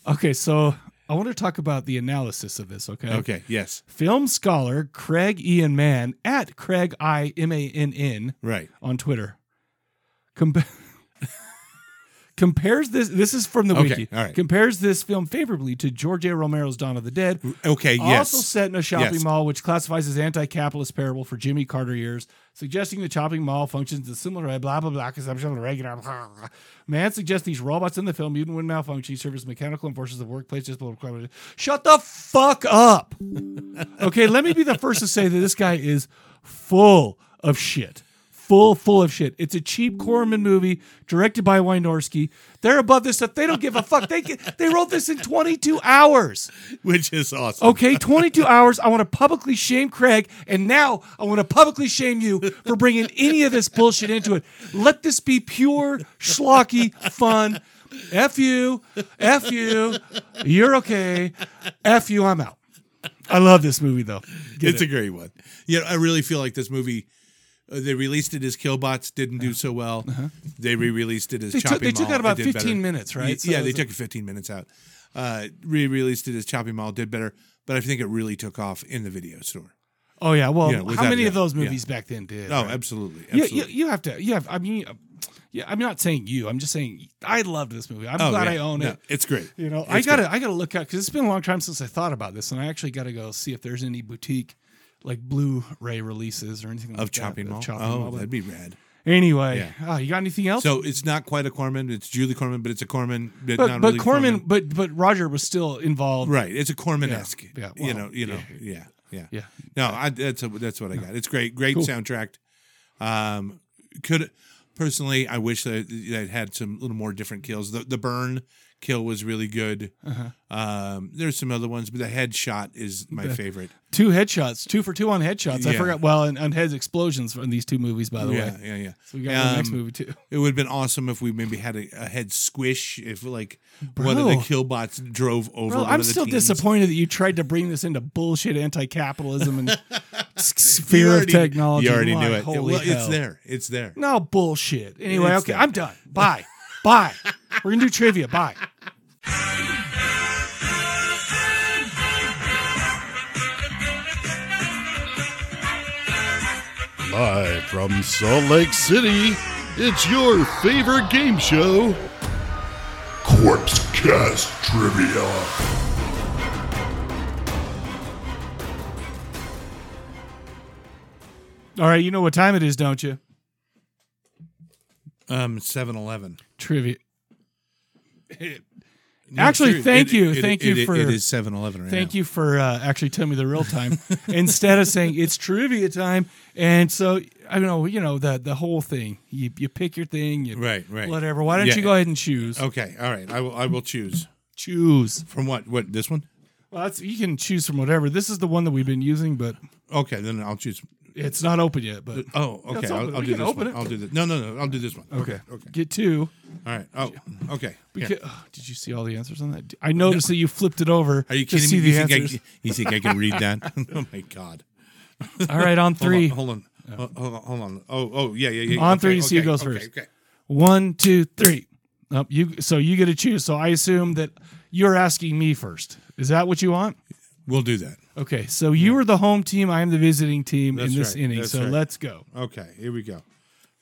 Okay, so I want to talk about the analysis of this. Okay. right. Okay. Yes. Film scholar Craig Ian Mann at Craig I M A N N Right. on Twitter. Compa- compares this. This is from the Okay, wiki. all right. Compares this film favorably to George A. Romero's Dawn of the Dead, Okay. Yes. also set in a shopping Yes. mall, which classifies as anti-capitalist parable for Jimmy Carter years, suggesting the shopping mall functions as similar to blah blah blah consumption of regular. Blah, blah. Man suggests these robots in the film, even when malfunctioning, serve as mechanical enforcers of workplace discipline. Shut the fuck up. okay, let me be the first to say that this guy is full of shit. full full of shit. It's a cheap Corman movie directed by Wynorski. They're above this stuff. They don't give a fuck. They get, they wrote this in 22 hours. which is awesome. Okay, 22 hours. I want to publicly shame Craig, and now I want to publicly shame you for bringing any of this bullshit into it. Let this be pure, schlocky fun. F you, F you, you're okay. F you, I'm out. I love this movie though. Get it's it. a great one. Yeah, I really feel like this movie. uh, they released it as Killbots, didn't do so well. They re-released it as Uh-huh. They took- Chopping they took Mall, out it about did 15 better. minutes, right? Y- So yeah, it they was took 15 minutes out. Uh, re-released it as Chopping Mall, did better, but I think it really took off in the video store. Oh yeah, well, Yeah, without how a many of doubt. those Yeah. movies back then did? Oh, right? absolutely, You- absolutely. You, you have to. You have. I mean, uh, yeah. I'm not saying you. I'm just saying I loved this movie. I'm oh, glad yeah. I own No, it. It's great. You know, I It's gotta. I gotta look out because it's been a long time since I thought about this, and I actually gotta go see if there's any boutique like Blu-ray releases or anything like that, of Chopping of Mall. Chopping oh, Mall. that'd be rad. Anyway, oh, you got anything else? So it's not quite a Corman. It's Julie Corman, but it's a Corman. But, but not but really Corman, but but Roger was still involved. Right. It's a Corman-esque. Yeah, you well, know. You know. Yeah. Yeah. Yeah. No, I, that's a, that's what I got. It's great. Great Cool. soundtrack. Um, could personally, I wish that that had some little more different kills. The the burn kill was really good. Uh-huh. Um, there's some other ones, but the headshot is my favorite. Two headshots, two for two on headshots. I Yeah. forgot. Well, and, and heads explosions from these two movies, by the Yeah, way. yeah, yeah. So we got the next Um, movie too. It would have been awesome if we maybe had a, a head squish. If like one of the Bro. killbots drove over. Bro, one I'm of the still teams. disappointed that you tried to bring this into bullshit anti-capitalism and s- s- You fear already- of technology. You already Why? knew it. Holy well, it's hell. there. It's there. No bullshit. Anyway, It's okay, there. I'm done. Bye, bye. We're gonna do trivia. Bye. Live from Salt Lake City, it's your favorite game show, Corpse Cast Trivia. All right, you know what time it is, don't you? Um, Seven Eleven. Trivia. Actually, thank you. Thank you for- it is Seven Eleven. Right Thank you for uh, actually telling me the real time instead of saying it's trivia time. And so I don't know, you know, the the whole thing. You you pick your thing. You, Right, right. Whatever. Why don't Yeah. you go ahead and choose? Okay. All right. I will. I will choose Choose. from what? What this one? Well, that's, you can choose from whatever. This is the one that we've been using, but Okay. Then I'll choose. it's not open yet. But Oh, okay. Let's open it. I'll, We I'll do can this open one. it. I'll do this. No, no, no. I'll do this one. Okay. Okay. get two. All right. Oh, okay. Here. Beca- oh, did you see all the answers on that? I noticed that you flipped it over. Are you to kidding see me? You The think, answers. I, you think I can read that? oh my god. all right, on Hold on, three. Hold on. Hold on. Hold on. Hold on. Oh, oh, yeah, yeah, yeah. On okay, three, you see who okay, goes okay, first. Okay. One, two, three. Oh, you. So you get to choose. So I assume that you're asking me first. Is that what you want? We'll do that. Okay. So you are the home team. I am the visiting team That's in this right, inning. that's So right. let's go. Okay, here we go.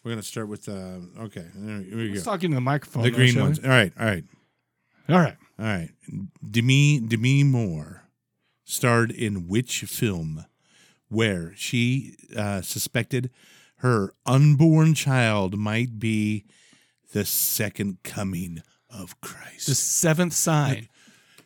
We're gonna start with uh, okay. There, here we Let's go. talk into the microphone. The though, green Oh, shall we? ones. All right, all right, All right. all right. Demi Demi Moore starred in which film where she uh, suspected her unborn child might be the second coming of Christ? The seventh sign.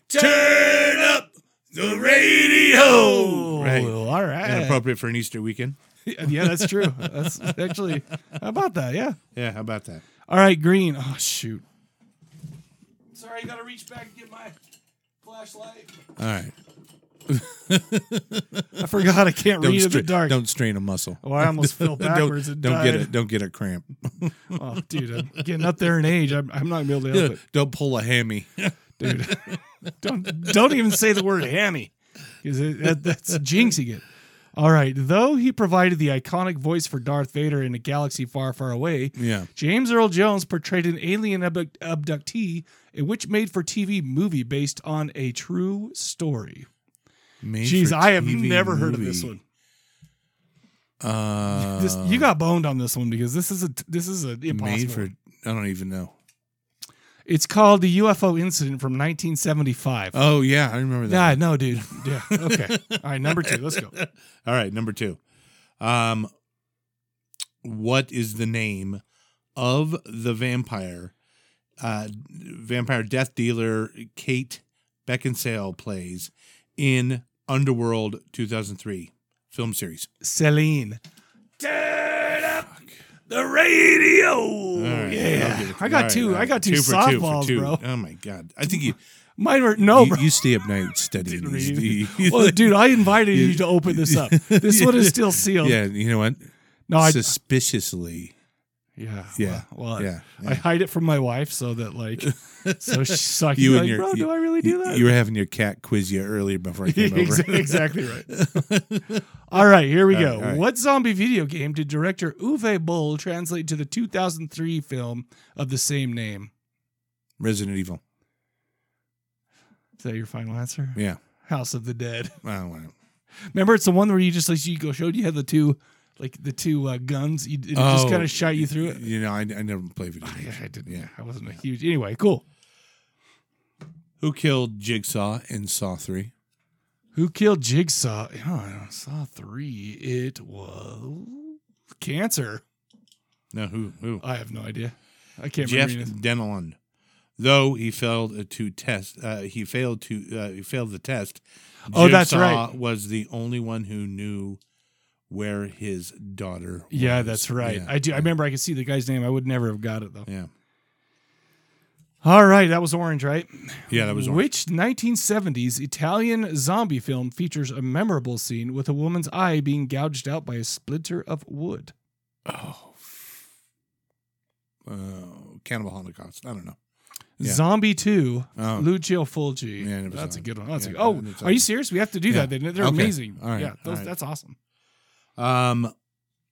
turn up the radio. Right. Oh, all right. Inappropriate for an Easter weekend. yeah, that's true. That's actually how about that. Yeah. Yeah, how about that? All right, green. Oh shoot. Sorry, I gotta reach back and get my flashlight. All right. I forgot I can't read in the stra- dark. Don't strain a muscle. Oh, I almost fell backwards don't and don't get died. it. Don't get a cramp. Oh, dude, I'm getting up there in age. I'm, I'm not gonna be able to help it, don't pull a hammy. dude. don't don't even say the word hammy, because that, that's jinxing it. All right. Though he provided the iconic voice for Darth Vader in a galaxy far, far away, Yeah. James Earl Jones portrayed an alien abduct- abductee, a witch made for TV movie based on a true story. Made Jeez, for I have TV never heard of this movie. one. Uh, This, you got boned on this one because this is a this is a impossible. made for. I don't even know. It's called the UFO incident from 1975. Oh yeah, I remember that. yeah, no, dude. Yeah. Okay. All right, number two. Let's go. All right, number two. Um, what is the name of the vampire? Uh, vampire death dealer Kate Beckinsale plays in Underworld 2003 film series. Celine. The radio. All right, I'll yeah. give it- I all got right, two. all I right. got two, for for softballs, two. bro. Oh my god! I think you Mine were no, you, bro. you stay up night studying Didn't these. read these- well, dude, I invited you to open this up. This one is still sealed. yeah, you know what? No, I, Suspiciously, yeah, Yeah, Well, well, yeah, I hide it from my wife so that like, so she, so I can You be and like, your- bro, you- do I really do that? you were having your cat quiz you earlier before I came over. Exa- exactly right. all right, here we All go. right, all right. What zombie video game did director Uwe Boll translate to the 2003 film of the same name? Resident Evil. Is that your final answer? Yeah. House of the Dead. Oh, wow. Remember, it's the one where you just like you go showed you had the two, like the two uh, guns. You, it just Oh. kind of shot you through it. You know, I, I never played video Yeah, games. I didn't. Yeah. I wasn't a huge. Anyway, cool. Who killed Jigsaw in Saw Three? Who killed Jigsaw? Oh, I saw three. It was cancer. No, who? Who? I have no idea. I can't Jeff remember. anything. Denelon. Though he failed to test, uh, he failed to uh, he failed the test. Oh, that's Jigsaw right. Was the only one who knew where his daughter. Was. Yeah, that's right. Yeah. I do. I remember. I could see the guy's name. I would never have got it though. Yeah, All right, that was orange, right? yeah, that was one. Which 1970s Italian zombie film features a memorable scene with a woman's eye being gouged out by a splinter of wood? Oh, f- uh, Cannibal Holocaust. I don't know. Yeah. Zombie 2, Oh. Lucio Fulci. Yeah, I never that's saw a it. good one. That's a Yeah, good- I oh, never saw are you it. serious? We have to do Yeah. that. Then they're Okay. amazing. All right. Yeah, those, All right. that's awesome. Um,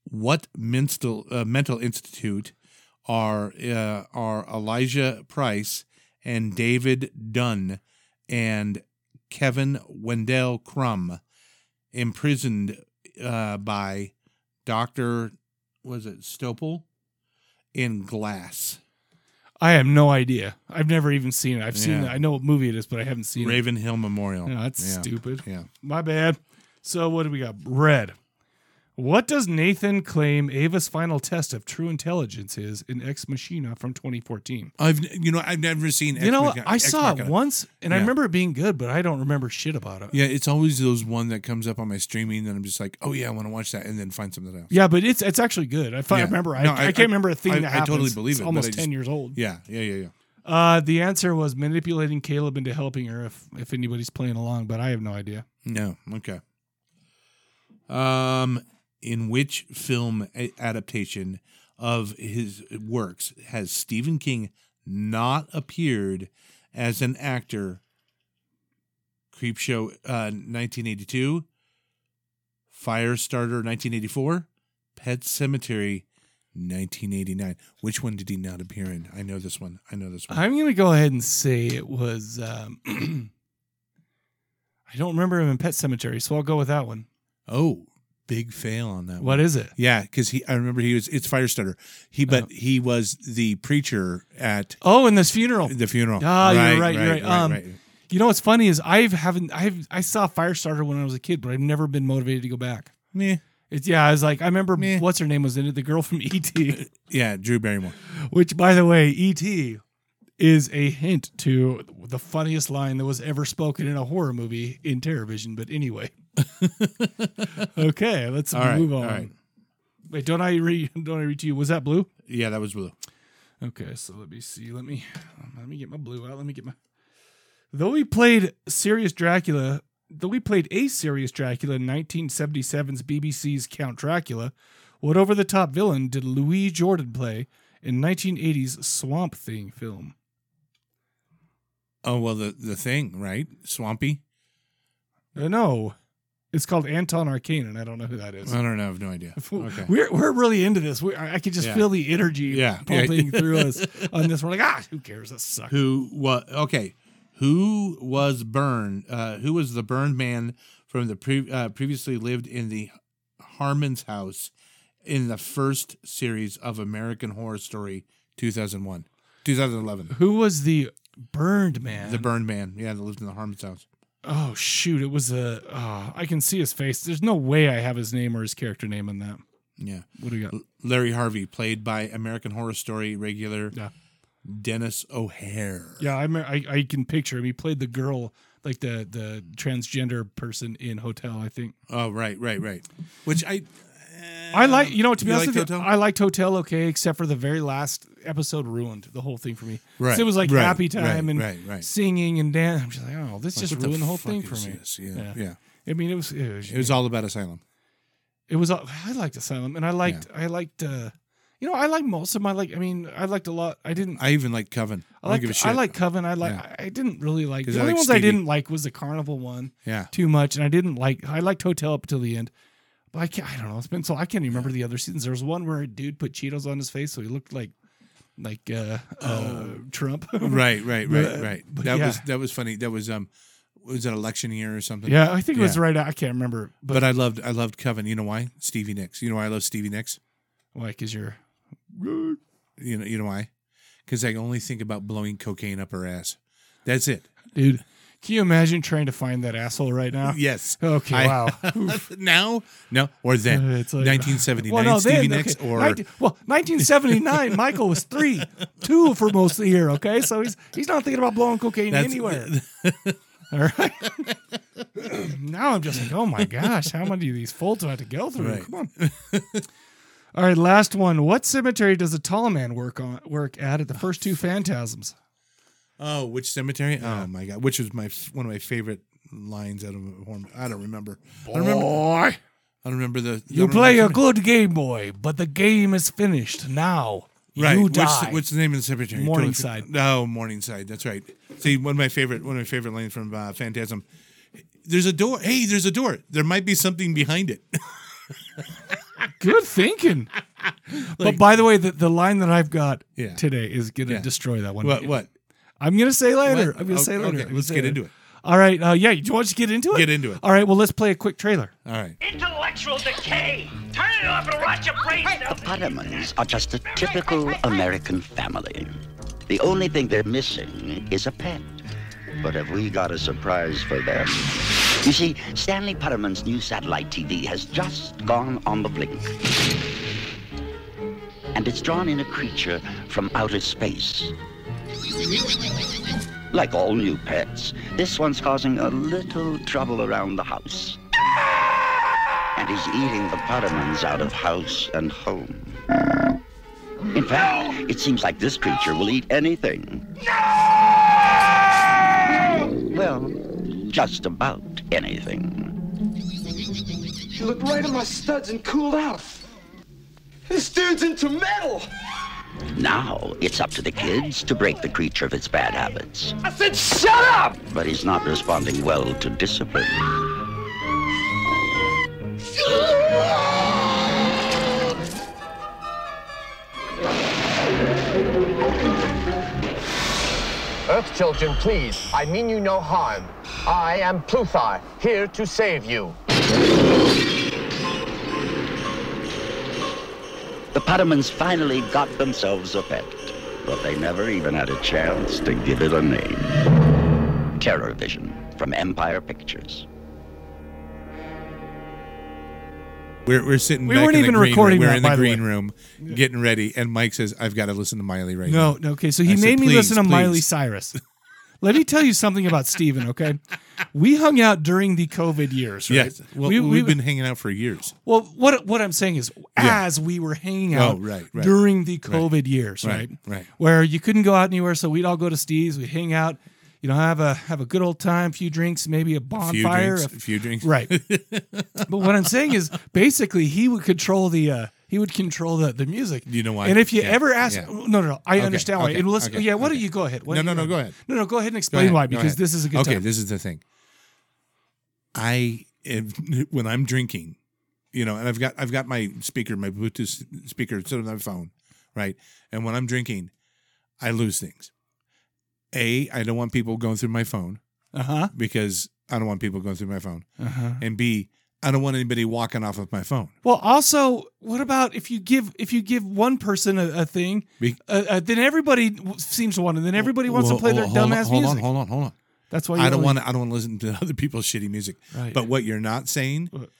what mental uh, mental institute are uh, are Elijah Price and David Dunn and Kevin Wendell Crumb imprisoned uh, by Doctor was it Stopel in Glass I have no idea. I've never even seen it. I've seen. Yeah. It. I know what movie it is, but I haven't seen Raven Hill Memorial? it. No, that's Yeah. stupid. Yeah. My bad. So what do we got? Red. What does Nathan claim Ava's final test of true intelligence is in Ex Machina from 2014? I've you know I've never seen you know, Ex Machina- I Ex saw it Machina. once, and I Yeah. remember it being good, but I don't remember shit about it. Yeah, Yeah, it's always those one that comes up on my streaming, and I'm just like, oh yeah, I want to watch that, and then find something else. but it's it's actually good. I, fi- I Yeah. remember. I, No, I, I- can't I- remember a thing I- that I happened. totally believe it, but almost I ten just- years old. Yeah, yeah, yeah, yeah. Uh, the answer was manipulating Caleb into helping her. If if anybody's playing along, but I have no idea. No, okay. Um, in which film a- adaptation of his works has Stephen King not appeared as an actor? Creepshow, uh, nineteen eighty-two. Firestarter, nineteen eighty-four. Pet Cemetery, nineteen eighty-nine. Which one did he not appear in? I know this one. I know this one. I'm gonna go ahead and say it was. Um, I don't remember him in Pet Cemetery, so I'll go with that one. oh, big fail on that one. What is it? Yeah, because he I remember he was it's Firestarter. He but Uh-huh. he was the preacher at Oh, in this funeral. the funeral. Ah, you're right, you're right. Um, You know what's funny is I've haven't I've I saw Firestarter when I was a kid, but I've never been motivated to go back. Meh. It's yeah, I was like I remember Meh. what's her name was in it, the girl from E ET, Yeah, Drew Barrymore. which by the way, ET is a hint to the funniest line that was ever spoken in a horror movie in television. But anyway, okay, let's All right, move all on. right. Wait, don't I read? Don't I read to you? Was that blue? Yeah, that was blue. Okay, so let me see. Let me um, let me get my blue out. Let me get my. Though we played Serious Dracula, though we played a Serious Dracula in 1977's BBC's Count Dracula, what over-the-top villain did Louis Jordan play in 1980's Swamp Thing film? Oh well the the thing, right? Swampy? Uh, no, it's called Anton Arcane, and I don't know who that is. I don't know, I have no idea. Okay. We're we're really into this. We, I I can just Yeah. feel the energy Yeah. pumping through us on this. We're like, ah, who cares? That sucks. Who was okay. Who was Burn? Uh, who was the Burn man from the pre- uh, previously lived in the Harmon's house in the first series of American Horror Story 2001, 2011? Who was the burned man? The Burn Man, yeah, that lived in the Harmon's house. Oh shoot! It was a. Oh, I can see his face. There's no way I have his name or his character name in that. Yeah, What do we got? L- Larry Harvey, played by American Horror Story regular Yeah. Dennis O'Hare. Yeah, I, me- I I can picture him. He played the girl, like the the transgender person in Hotel. I think. Oh, right, right, right. Which I, eh, I like you know to be You honest liked with you, Hotel? I liked Hotel okay, except for the very last episode ruined the whole thing for me. 'Cause Right, it was like right, happy right, time and right, right. singing and dance. I'm just like, oh, this just What ruined the, whole fuck thing for is me. this? Yeah, yeah, Yeah. I mean, it was it was, It was all about Asylum. it was all- I liked Asylum and I liked I liked uh you know I liked most of them. I like I mean I liked a lot. I didn't. I, I even like Coven. I, like don't give a shit. I like Coven. I like Yeah. I didn't really like 'Cause the I only like ones I Stevie. didn't like was the Carnival one Yeah, too much, and I didn't like. I liked Hotel up till the end, but I can't. I don't know. It's been so I can't even remember the other seasons. There was one where a dude put Cheetos on his face, so he looked like like uh, uh Trump. Oh. right, right, right, But- right. but that yeah. was that was funny. That was um, was it election year or something? yeah, I think it was Yeah. right. I can't remember, But, but, I loved I loved Coven. You know why? Stevie Nicks. You know why I love Stevie Nicks? like is your You know you know why? Because I only think about blowing cocaine up her ass. That's it. dude? Can you imagine trying to find that asshole right now? Yes. Okay. I- wow. now, no, or then, Uh, it's like- 1979, Well, no, Stevie then, Nicks, okay, or 19 well, 1979. Michael was three, two for most of the year. Okay, so he's he's not thinking about blowing cocaine That's- anywhere. All right. now I'm just like, oh my gosh, how many of these folds do I have to go through? Right. Come on. All right, last one. What cemetery does the tall man work on work at at the first two phantasms? oh, which cemetery? Oh my god, which was my one of my favorite lines out of a horn. I don't remember. I don't remember. Boy, I don't remember the. you play a good game, boy, but the game is finished now. Right. You what's, die. The, what's the name of the cemetery? Morningside. No, Morningside. That's right. See, one of my favorite, one of my favorite lines from uh, Phantasm. There's a door. Hey, there's a door. There might be something behind it. Good thinking. but by the way, the, the line that I've got Yeah. today is going to Yeah. destroy that one. what? What? I'm going to say later. What? I'm going to Oh, say later. okay, I'm gonna let's say get later. into it. All right. Uh, yeah. Do you want to get into it? Get into it. All right. Well, let's play a quick trailer. All right. Intellectual decay! Turn it off and watch your brain cells! Ottomans are just a typical American family. The only thing they're missing is a pet. But have we got a surprise for them? You see, Stanley Putterman's new satellite TV has just gone on the blink. And it's drawn in a creature from outer space. Like all new pets, this one's causing a little trouble around the house and he's eating the Pottermans out of house and home. In fact, it seems like this creature will eat anything. Well, just about anything. She looked right at my studs and cooled out. This dude's into metal! Now it's up to the kids to break the creature of its bad habits. I said, shut up! But he's not responding well to discipline. Earth children, please. I mean you no harm. I am Pluthar, here to save you. The Pottermans finally got themselves a pet, but they never even had a chance to give it a name. Terror Vision from Empire Pictures. We're, we're sitting. We back weren't in the even green recording Room. We're that, in the by the green way. room, getting ready, and Mike says, "I've got to listen to Miley right now." No, no. Okay. So he I said, made me "Please, listen to please." Miley Cyrus. Let me tell you something about Steven, okay? We hung out during the COVID years, right? Yes. Well, we, we, we, have been hanging out for years. well, what what I'm saying is, as we were hanging Oh, out right, right. during the COVID years, Right, right, right. where you couldn't go out anywhere, so we'd all go to Steve's, we'd hang out, you know, have a have a good old time, few drinks, maybe a A few bonfire, drinks. A a- few drinks. right? but what I'm saying is, basically, he would control the. Uh, he would control the, the music. You know why? And if you Yeah, ever ask, yeah. no, no, no, I understand why. okay, and let's, okay, yeah, why okay. don't you go ahead? Why No, don't no, you no, go go ahead. No, no, go ahead and Go explain ahead, why go because ahead. this is a good okay, time. this is the thing. I if, when I'm drinking, you know, and I've got I've got my speaker, my Bluetooth speaker, it's on my phone, right? And when I'm drinking, I lose things. A, I don't want people going through my phone Uh huh. because I don't want people going through my phone. Uh huh. And B, I don't want anybody walking off of my phone. Well, also, what about if you give if you give one person a, a thing, Be- uh, uh, then everybody w- seems to want it. Then everybody wants Well, to play their hold on, dumbass hold on, music. Hold on, hold on, hold on. That's why you I don't only- want to. I don't want to listen to other people's shitty music. Right. But what you're not saying, What?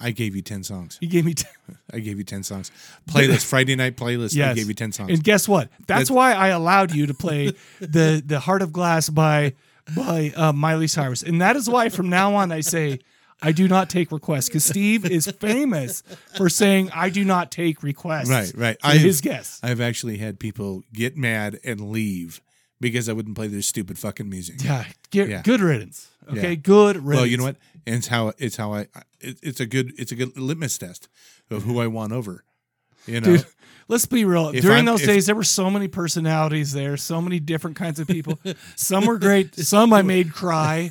I gave you ten songs. He gave me. T- I gave you ten songs. Playlist Friday night playlist. I yes. gave you ten songs. And guess what? That's That's- why I allowed you to play the the Heart of Glass by by uh, Miley Cyrus, and that is why from now on I say. I do not take requests because Steve is famous for saying I do not take requests. Right, right. I his guests. I've actually had people get mad and leave because I wouldn't play their stupid fucking music. yeah, get, Yeah. good riddance. Okay, Yeah. good riddance. Well, you know what? And it's how it's how I. I- It, it's a good it's a good litmus test of who I won over. You know, Dude, let's be real. If During I'm- those if- days, there were so many personalities there, so many different kinds of people. some were great. Some I made cry.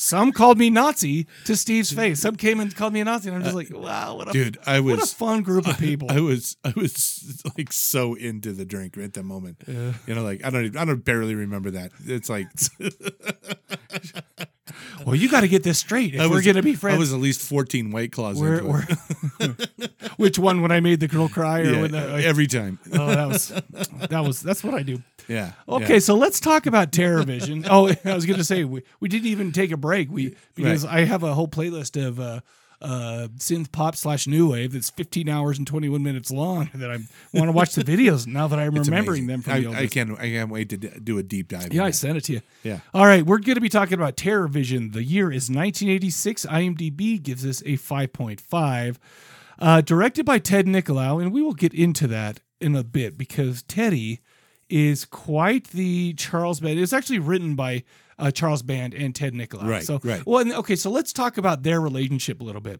Some called me Nazi to Steve's face. Some came and called me a Nazi, and I'm just like, wow, what a Uh, dude, I was what a fun group of people. I was I was like so into the drink at that moment. You know, like I don't even, I don't barely remember that. It's like well, you got to get this straight if I we're was- gonna be friends. I was at least fourteen white claws. Where- into it. where- which one when I made the girl cry or Yeah, when the, every time. oh that was that was that's what I do. Yeah. Okay, so let's talk about TerraVision. oh, I was going to say we, we didn't even take a break. We because I have a whole playlist of uh, uh, synth pop slash new wave that's 15 hours and 21 minutes long that I want to watch the videos now that I'm It's remembering them amazing. from I, the old I days. can't. I can't wait to d- do a deep dive. Yeah, I on that. sent it to you. Yeah. All right, we're going to be talking about Terror Vision. The year is 1986. IMDb gives us a 5.5. Uh, directed by Ted Nicolau, and we will get into that in a bit because Teddy is quite the Charles Band. It's actually written by uh, Charles Band and Ted Nicolau. Right, So, right. Well, and- okay, so let's talk about their relationship a little bit.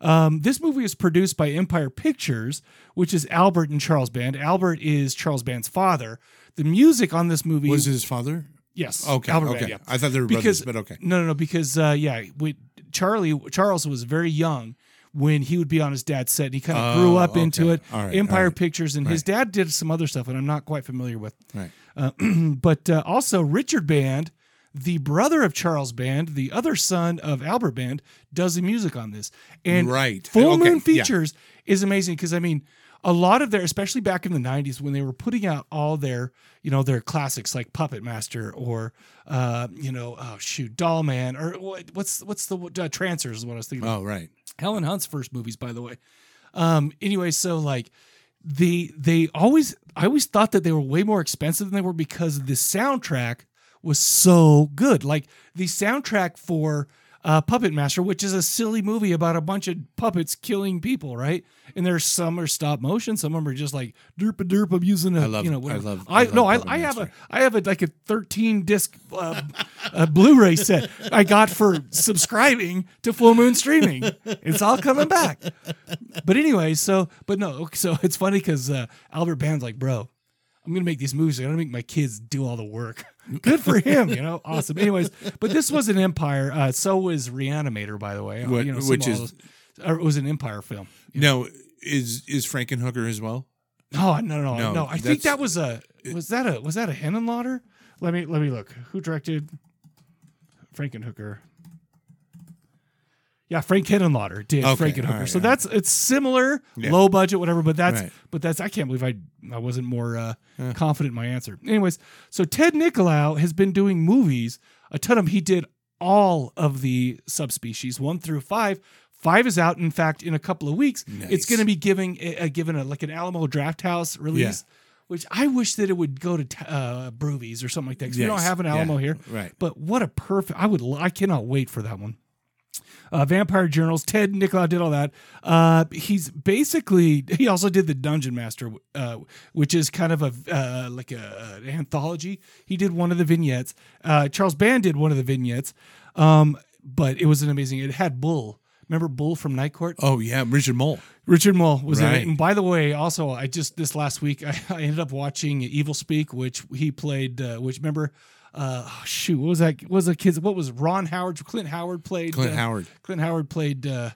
Um, this movie is produced by Empire Pictures, which is Albert and Charles Band. Albert is Charles Band's father. The music on this movie Was his father? Yes. Okay, Albert okay. Band, yeah. I thought they were Because- brothers, but okay. No, no, no. Because uh, yeah, we, Charlie Charles was very young when he would be on his dad's set, and he kind of Oh, grew up into okay. it. All right, Empire all right. Pictures, and his dad did some other stuff, and I'm not quite familiar with. Right. Uh, but uh, also Richard Band, the brother of Charles Band, the other son of Albert Band, does the music on this. And Right. Full Okay, Moon yeah. Features is amazing because I mean, a lot of their, especially back in the '90s when they were putting out all their, you know, their classics like Puppet Master or, uh, you know, oh shoot, Doll Man or what, what's what's the uh, Trancers is what I was thinking. of. Oh, right. Helen Hunt's first movies, by the way. Um, anyway, so like the they always I always thought that they were way more expensive than they were because the soundtrack was so good. Like the soundtrack for uh, Puppet Master, which is a silly movie about a bunch of puppets killing people, right? And there's some are stop motion, some of them are just like derp a derp. I'm using a I love- you know I whatever. love- I, I love no I, Puppet I have a Master. I have a like a 13 disc uh, a Blu-ray set I got for subscribing to Full Moon Streaming. It's all coming back. But anyway, so but no, okay, so it's funny because uh, Albert Band's like, bro, I'm gonna make these movies. I'm gonna make my kids do all the work. Good for him, you know. Awesome. Anyways, but this was an Empire. Uh, so was Reanimator, by the way. What- you know, which some of is- those- or it was an Empire film. No, is is Frankenhooker as well? No, Oh, no, no, no. No, I think that's- that was a was that a was that a Henenlotter? Let me let me look. Who directed Frankenhooker? Yeah, Frank Henenlotter did Okay, Frankenhooker. all right, so all that's it's similar, Yeah. low budget, whatever. But that's Right. but that's I can't believe I I wasn't more uh, confident in my answer. Anyways, so Ted Nicolau has been doing movies a ton of. 'em. He did all of the subspecies one through five. Five is out. In fact, in a couple of weeks, it's Nice. going to be giving a, a- given a like an Alamo Draft House release, which I wish that it would go to t- uh, Broovies or something like that. 'cause We don't Yes, have an yeah, Alamo here, right. But what a perfect! I would. lo- I cannot wait for that one. Uh, Vampire Journals. Ted Nicolau did all that. Uh, he's basically he also did the Dungeon Master, uh, which is kind of a uh, like a, an anthology. He did one of the vignettes. Uh, Charles Band did one of the vignettes, um, but it was an amazing. It had Bull. Remember Bull from Night Court? Oh yeah, Richard Mole. Richard Mole was in Right. it. And by the way, also, I just this last week I, I ended up watching Evil Speak, which he played. Uh, which remember, uh, oh, shoot, what was that? What was the kids? What was Ron Howard? Clint Howard played. Clint uh, Howard. Clint Howard played. Uh,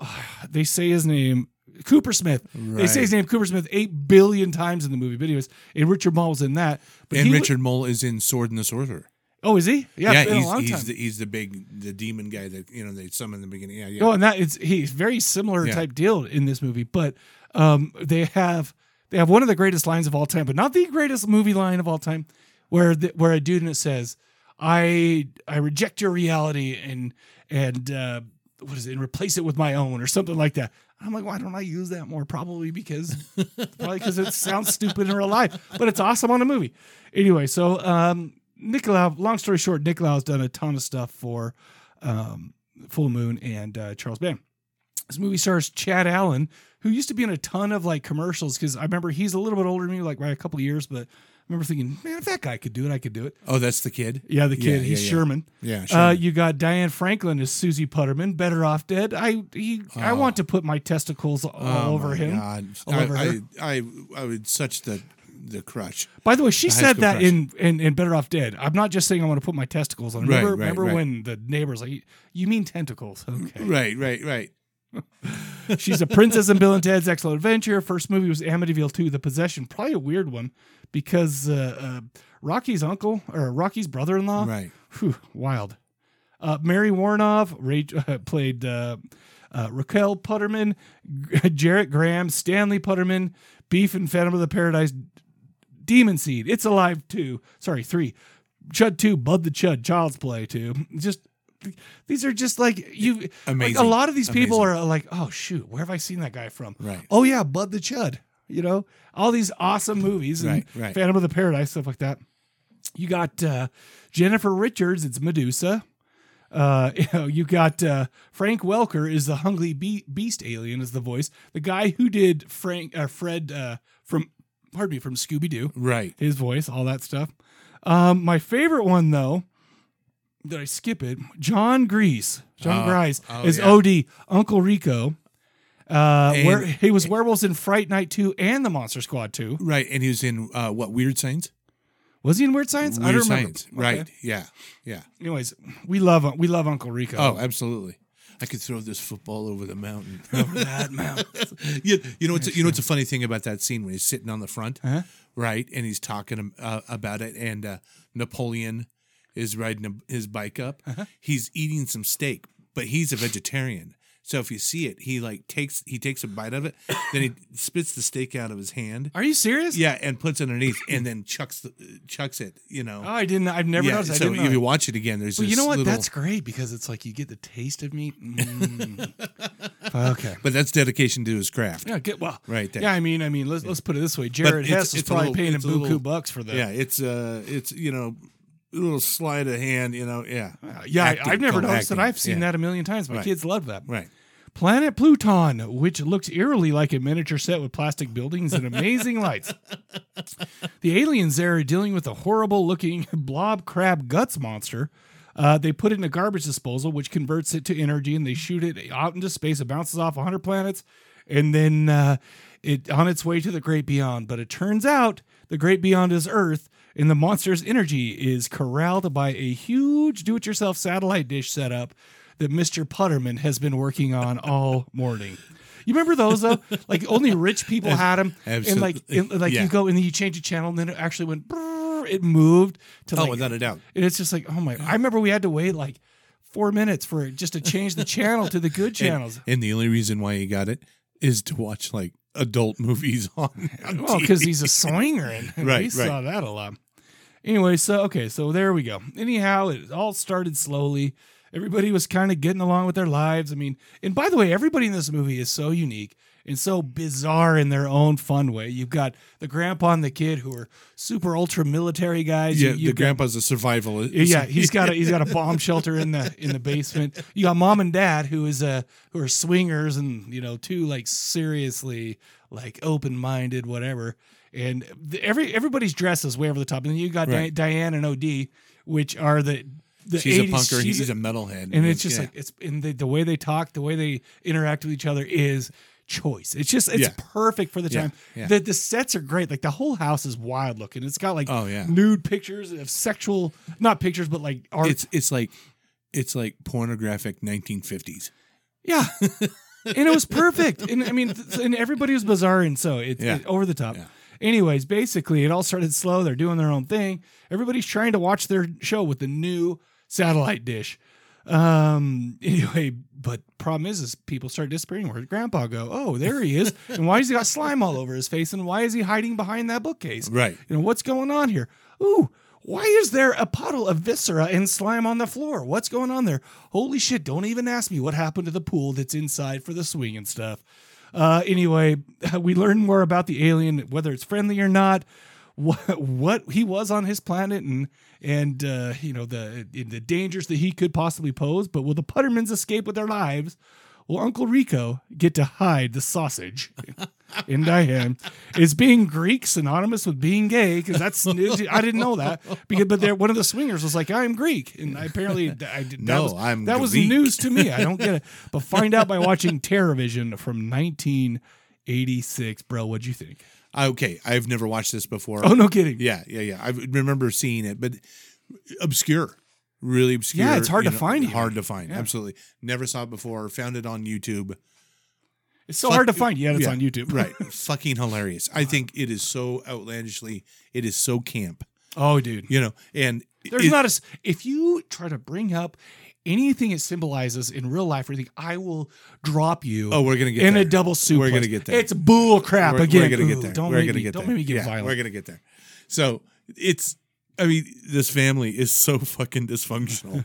ah, they say his name Cooper Smith. They say his name Cooper Smith eight billion times in the movie. But anyways, and Richard Mole was in that. But And he wa- Richard Mole is in Sword and the Sorcerer. oh, is he? Yeah, it's been he's a long he's time. the he's the big the demon guy that you know they summon in the beginning. Yeah, yeah. Oh, and that it's he's very similar Yeah. type deal in this movie, but um, they have they have one of the greatest lines of all time, but not the greatest movie line of all time, where the, where a dude in it says, "I I reject your reality and and uh, what is it and replace it with my own or something like that." And I'm like, why don't I use that more? Probably because probably because it sounds stupid in real life, but it's awesome on a movie. Anyway, so um, Nicolau. Long story short, Nicolau has done a ton of stuff for um, Full Moon and uh, Charles Band. This movie stars Chad Allen, who used to be in a ton of like commercials because I remember he's a little bit older than me, like by a couple of years, but I remember thinking, man, if that guy could do it, I could do it. Oh, that's the kid. Yeah, the kid. yeah, he's yeah. Sherman. Yeah, Uh, Sherman. you got Diane Franklin as Susie Putterman. Better off dead. I he, I want to put my testicles all Oh, over my him. God. All I, over I, her. I, I would such the the crush. By the way, she The high said school that crush. in, in in Better Off Dead. I'm not just saying I want to put my testicles on. Right, Remember, right, remember right. when the neighbors like you mean tentacles? Okay. Right, right, right. She's a princess in Bill and Ted's Excellent Adventure. First movie was Amityville 2, The Possession. Probably a weird one because uh, uh, Rocky's uncle or Rocky's brother in law. Right. Whew, wild. Uh, Mary Warnoff Ra- played uh, uh, Raquel Putterman, Jarrett Graham, Stanley Putterman, Beef and Phantom of the Paradise, Demon Seed, It's Alive 2, sorry, 3, Chud 2, Bud the Chud, Child's Play 2. Just these are just like you Amazing. like a lot of these people Amazing. are are like, oh shoot, where have I seen that guy from? Right. Oh yeah, Bud the Chud. You know, all these awesome movies and Right, right. Phantom of the Paradise stuff like that. You got uh, Jennifer Richards. It's Medusa. Uh, you, know, you got uh, Frank Welker is the hungry be- beast alien is the voice. The guy who did Frank uh, Fred uh, from pardon me from Scooby Doo Right. his voice, all that stuff. Um, my favorite one though, did I skip it? John Grease, John Oh, Grease oh, is yeah. OD Uncle Rico. Uh, And- where he was werewolves in Fright Night Two and the Monster Squad Two. Right. And he was in uh, what Weird Science? Was he in Weird Science? Weird I don't remember. Science. Right. Okay. Yeah. Yeah. Anyways, we love we love Uncle Rico. Oh, absolutely. I could throw this football over the mountain. that mouth. you, you know what's you know what's a funny thing about that scene when he's sitting on the front, Uh-huh. right? And he's talking um, uh, about it, and uh, Napoleon is riding a- his bike up. Uh-huh. He's eating some steak, but he's a vegetarian. So if you see it, he like takes he takes a bite of it, then he spits the steak out of his hand, Are you serious? yeah, and puts it underneath, and then chucks the, chucks it. You know, Oh, I didn't. I've never yeah. noticed. I so didn't if know. you watch it again, there's Well, you this know what? little- That's great because it's like you get the taste of meat. Mm. okay. but that's dedication to his craft. Yeah, get well Right there. Yeah, I mean, I mean, let's let's put it this way: Jared it's- Hess is it's a probably little- paying him it's a little- buku bucks for that. yeah it's uh it's you know a little sleight of hand you know yeah yeah. I- Acting, I've never called noticed that. acting, I've seen yeah. that a million times. My Right. kids love that. right Planet Pluton, which looks eerily like a miniature set with plastic buildings and amazing lights. The aliens there are dealing with a horrible looking blob crab guts monster. Uh, they put it in a garbage disposal, which converts it to energy, and they shoot it out into space. It bounces off 100 planets, and then uh, it on its way to the great beyond. But it turns out the great beyond is Earth, and the monster's energy is corralled by a huge do-it-yourself satellite dish setup that Mr. Putterman has been working on all morning. You remember those though? Like only rich people had them, and like Absolutely. and, like Yeah. you go and then you change the channel, and then it actually went. brrr, It moved to oh like, without a doubt and it's just like oh my! I remember we had to wait like four minutes for it just to change the channel to the good channels. and the only reason why he got it is to watch like adult movies on, on Well, because TV. he's a swinger, and we Right, saw right. that a lot. Anyway, so okay, so there we go. Anyhow, it all started slowly. Everybody was kind of getting along with their lives. I mean, and by the way, everybody in this movie is so unique and so bizarre in their own fun way. You've got the grandpa and the kid who are super ultra military guys. yeah You- the you've got- grandpa's a survivalist Yeah, he's got a he's got a bomb shelter in the in the basement. You got mom and dad who is uh who are swingers and you know two like seriously like open minded whatever. And the, every everybody's dress is way over the top. And then you got Di- Right. Diane and OD, which are the the she's a 80s punker she's he's a metalhead and it's just yeah. like it's and the, the way they talk, the way they interact with each other is choice. It's just it's Yeah. perfect for the Yeah, time. yeah. The the sets are great. Like the whole house is wild looking. It's got like Oh, yeah. nude pictures of sexual not pictures but like art. it's it's like it's like pornographic 1950s yeah. and it was perfect. And I mean th- and everybody was bizarre and so it's Yeah. it- over the top. Yeah. Anyways, basically it all started slow. They're doing their own thing. Everybody's trying to watch their show with the new satellite dish. Um. Anyway, but problem is, is people start disappearing. Where did Grandpa go? Oh, there he is. and why has he got slime all over his face? And why is he hiding behind that bookcase? Right. You know what's going on here? Ooh. Why is there a puddle of viscera and slime on the floor? What's going on there? Holy shit! Don't even ask me what happened to the pool that's inside for the swing and stuff. Uh, anyway, we learn more about the alien, whether it's friendly or not. what what he was on his planet and and uh, you know the the dangers that he could possibly pose. But will the Puttermans escape with their lives? Will Uncle Rico get to hide the sausage in Diane? Is being Greek synonymous with being gay? Because that's I didn't know that. Because but there one of the swingers was like, I'm Greek, and I apparently I did No, that was, I'm that was Greek. news to me. I don't get it. But find out by watching Terrorvision from 1986, bro. What'd you think? Okay, I've never watched this before. Oh no, kidding. Yeah, yeah, yeah. I remember seeing it, but obscure, really obscure. Yeah, it's hard you to find here. Hard to find. Yeah. Absolutely, never saw it before. Found it on YouTube. It's so Fuck- hard to find. Yet it's Yeah, on YouTube, right? Fucking hilarious. I think it is so outlandishly. It is so camp. Oh, dude. You know, and There's it- not a. s- If you try to bring up anything it symbolizes in real life, or think I will drop you. Oh, we're gonna get in a there. double suplex. We're gonna get there. It's bull crap We're- we're, again. gonna Ooh, get there. Don't we're make gonna me, get don't there. make me get Yeah, violent. We're gonna get there. So it's. I mean, this family is so fucking dysfunctional.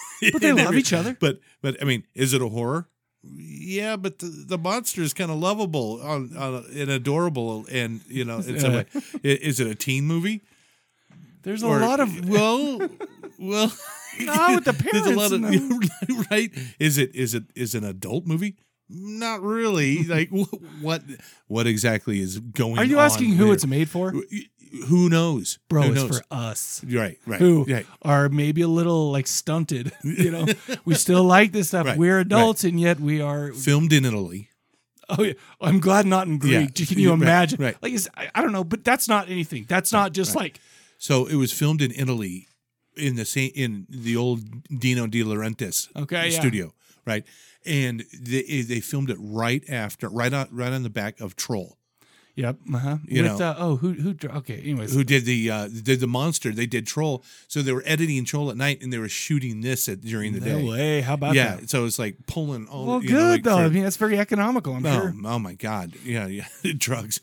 But they In love every- each other. But but I mean, is it a horror? Yeah, but the, the monster is kind of lovable on, on, and adorable, and you know, in some Uh. way, I- is it a teen movie? There's Or- a lot of. well, well, No, with the There's a lot of parents and right. Is it is it is it an adult movie? Not really. Like wh- what what exactly is going? Are you on asking who there? it's made for, Who knows, bro? Who It's knows? for us. right, right, Who right. are maybe a little like stunted, you know? we still like this stuff. Right, We're right. adults, and yet we are Filmed in Italy. Oh, yeah. I'm glad not in Yeah. Greek. Can you Right, imagine? right. Like, it's, I, I don't know, but that's not anything. That's not just like, So it was filmed in Italy, in the same in the old Dino De Laurentiis Okay, yeah. studio, right? And they they filmed it right after, right on right on the back of Troll, yep. Uh-huh. You With, know. uh, oh, who, who, dr- okay. Anyways, who did the uh, did the monster. They did Troll, so they were editing Troll at night, and they were shooting this at, during the no day. way. How about yeah, that? so it's like pulling all. Well, you good know, like though. for- I mean, that's very economical. I'm Oh, sure. oh my God! Yeah, yeah, drugs.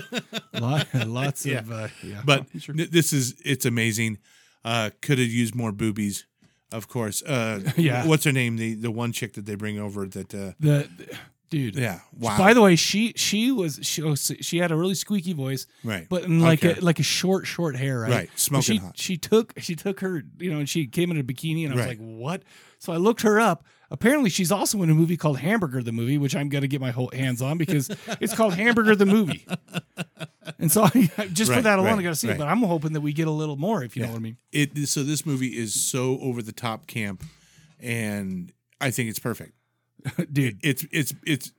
Lot, lots Yeah. of, uh, yeah. But I'm sure. th- this is it's amazing. Uh, could have used more boobies, of course. Uh, Yeah. What's her name? The the one chick that they bring over that. Uh, the, dude. yeah. Wow. By the way, she she was she, oh, s- she had a really squeaky voice, Right. But in I like a, care. like a short short hair, right? Right. But Smoking she, hot. She took she took her you know and she came in a bikini and I was Right. like what? So I looked her up. Apparently, she's also in a movie called Hamburger the Movie, which I'm gonna get my whole hands on because it's called Hamburger the Movie. And so I, just for Right, that alone, right, I gotta see right. it. But I'm hoping that we get a little more, if you know what I mean. it so this movie is so over the top camp, and I think it's perfect. Dude, It's it's it's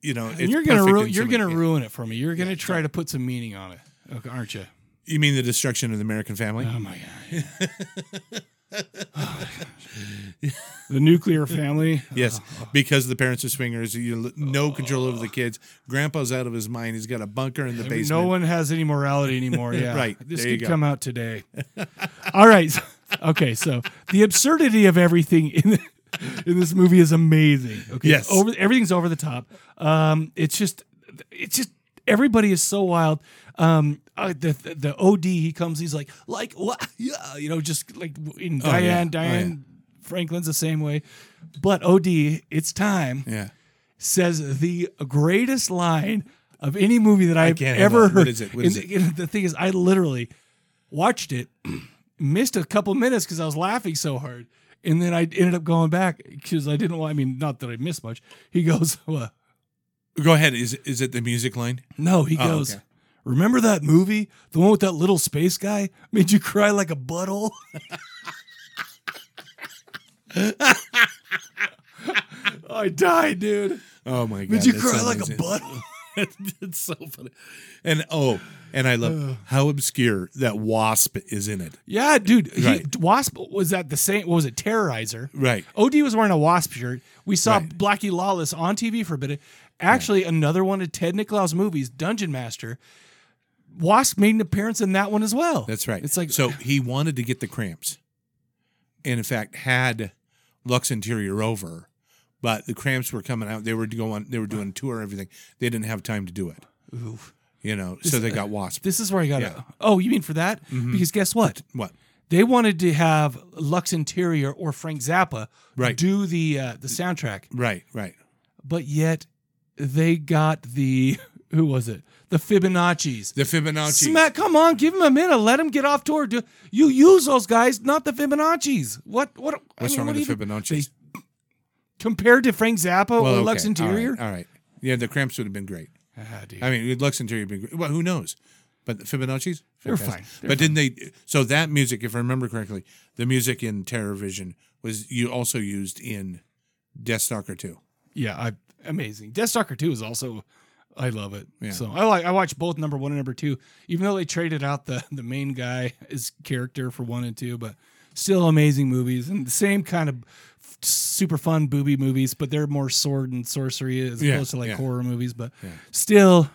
you know it's and you're gonna perfect ru- in you're some- gonna ruin it for me. You're gonna try to put some meaning on it, okay, aren't you? You mean the destruction of the American family? Oh my god. the nuclear family. Yes, because the parents are swingers. You l- no control over the kids. Grandpa's out of his mind. He's got a bunker in I the mean, basement. no one has any morality anymore. Yeah. Right. This There you could go. come out today. All right. Okay. So the absurdity of everything in the, in this movie is amazing. Okay. Yes. Over everything's over the top. Um, it's just, it's just everybody is so wild. Um, uh, the, the the OD he comes. He's like like what? Yeah. You know, just like in yeah. Diane Oh, Diane Franklin's the same way, but OD it's time Yeah. says the greatest line of any movie that I've can't ever handle it. What heard. is it? What And is it? the- The thing is, I literally watched it, missed a couple minutes because I was laughing so hard, and then I ended up going back because I didn't. wa- I mean, not that I missed much. He goes, "What? Go ahead. Is is it the music line? No." He Oh, goes. okay. Remember that movie, the one with that little space guy made you cry like a butthole. I died, dude. Oh my god! Did you that's cry so like a amazing. butthole? it's so funny. And oh, and I Uh. love how obscure that wasp is in it. Yeah, dude. he- Right. wasp was that the same? What was it? Terrorizer. Right. OD was wearing a wasp shirt. We saw Right. Blackie Lawless on TV for a bit. Actually, another one of Ted Nicklaus' movies, Dungeon Master. Wasp made an appearance in that one as well. That's right. It's like so he wanted to get the cramps, and in fact had Lux Interior over, but the cramps were coming out. They were going. They were doing a tour and everything. They didn't have time to do it. You know, so they got wasp. This is where I got to Yeah. Mm-hmm. Oh, you mean for that? Because guess what? what? They wanted to have Lux Interior or Frank Zappa Right. do the uh, the soundtrack, Right. Right. but yet they got the who was it? The Fibonacci's. The Fibonacci. Smack, come on, give him a minute. Let him get off tour. Do, you use those guys, not the Fibonacci's. What? What? I What's mean, wrong what with do you the do? Fibonacci's? Compared to Frank Zappa Well, or okay, Lux Interior? All right, all right. Yeah, the cramps would have been great. Ah, dude. I mean, Lux Interior would have been great. Well, who knows? But the Fibonacci's? They're Fantastic. fine. They're but didn't they? So that music, if I remember correctly, the music in Terror Vision was you also used in Death Stalker 2. yeah, I, amazing. Death Stalker 2 is also I love it. Yeah. So I like I watched both number one and number two, even though they traded out the the main guy his character for one and two, but still amazing movies and the same kind of f- super fun booby movies, but they're more sword and sorcery as Yeah, opposed to like yeah. horror movies. But still,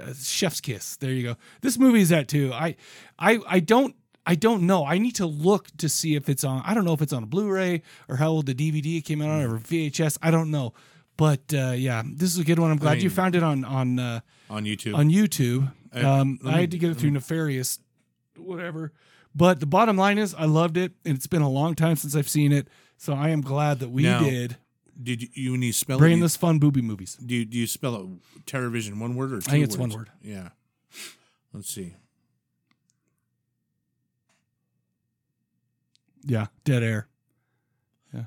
uh, Chef's Kiss. There you go. This movie is that too. I I I don't. I don't know. I need to look to see if it's on. I don't know if it's on a Blu-ray or how old the DVD it came out on or Mm. VHS. I don't know, but uh, yeah, this is a good one. I'm glad you mean- found it on on uh, on YouTube. on YouTube. Uh, Um, let I me- had to get it through Nefarious, whatever. But the bottom line is, I loved it, and it's been a long time since I've seen it. So I am glad that we Now, did Did you, you when you spell it? you- brainless fun booby movies. Do you, do you spell it Terror Vision one word or two think it's one word. words? Yeah. Let's see. Yeah, dead air.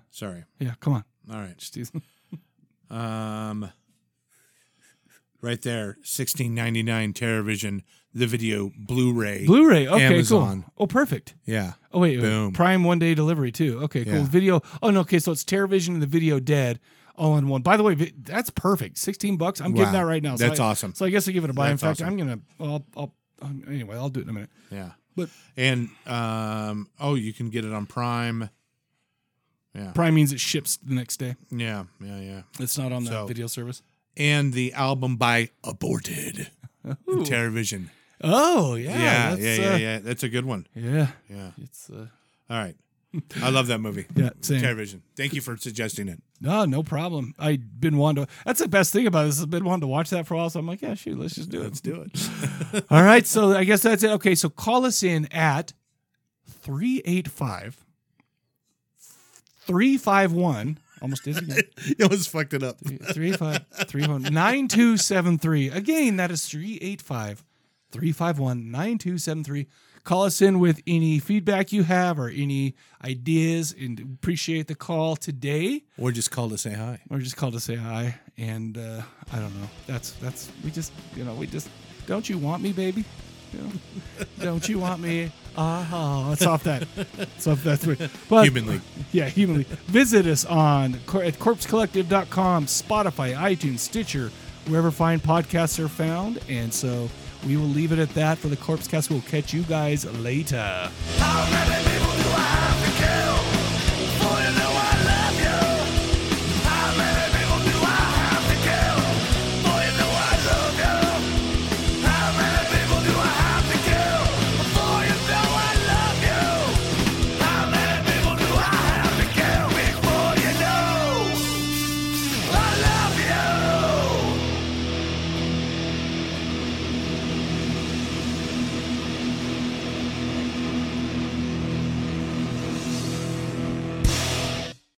Sorry. Yeah, come on. All right. Just use- Um, right there, sixteen ninety nine Terrorvision, the video Blu-ray. Blu-ray. Okay, Amazon. cool. Oh, perfect. yeah, Oh wait, wait. Boom. Prime one day delivery too. Okay, cool. Yeah. Video. Oh no. Okay, so it's Terrorvision and the Video Dead all in one. By the way, vi- that's perfect. Sixteen bucks. I'm getting Wow. that right now. So That's I- awesome. So I guess I give it a buy. In That's fact, awesome. I'm gonna. I'll, I'll. um, Anyway, I'll do it in a minute. yeah. But- and um, oh, you can get it on Prime. Yeah, Prime means it ships the next day. yeah, yeah, yeah. It's not on the So- video service. And the album by Aborted, Terrorvision. Oh yeah, Yeah, yeah, that's, yeah, uh, yeah. That's a good one. yeah. Yeah. It's uh, All right. I love that movie. yeah, same. Terrorvision. Thank you for suggesting it. No, no problem. I've been wanting to. That's the best thing about this. I've been wanting to watch that for a while. So I'm like, yeah, shoot, let's just do it. Let's do it. All right. So I guess that's it. Okay. So call us in at 385 351. Almost is again. it was fucked it up. 385 351 9273. Again, that is 385 351 9273. Call us in with any feedback you have or any ideas and appreciate the call today Or just call to say hi. or just call to say hi and uh, i don't know that's that's we just you know we just don't you want me baby You know, don't you want me ah uh-huh. it's off that it's off that's weird but Humanly. yeah humanly visit us on cor- at corpsecollective.com spotify itunes stitcher wherever fine podcasts are found and so we will leave it at that for the corpse cast we'll catch you guys later How many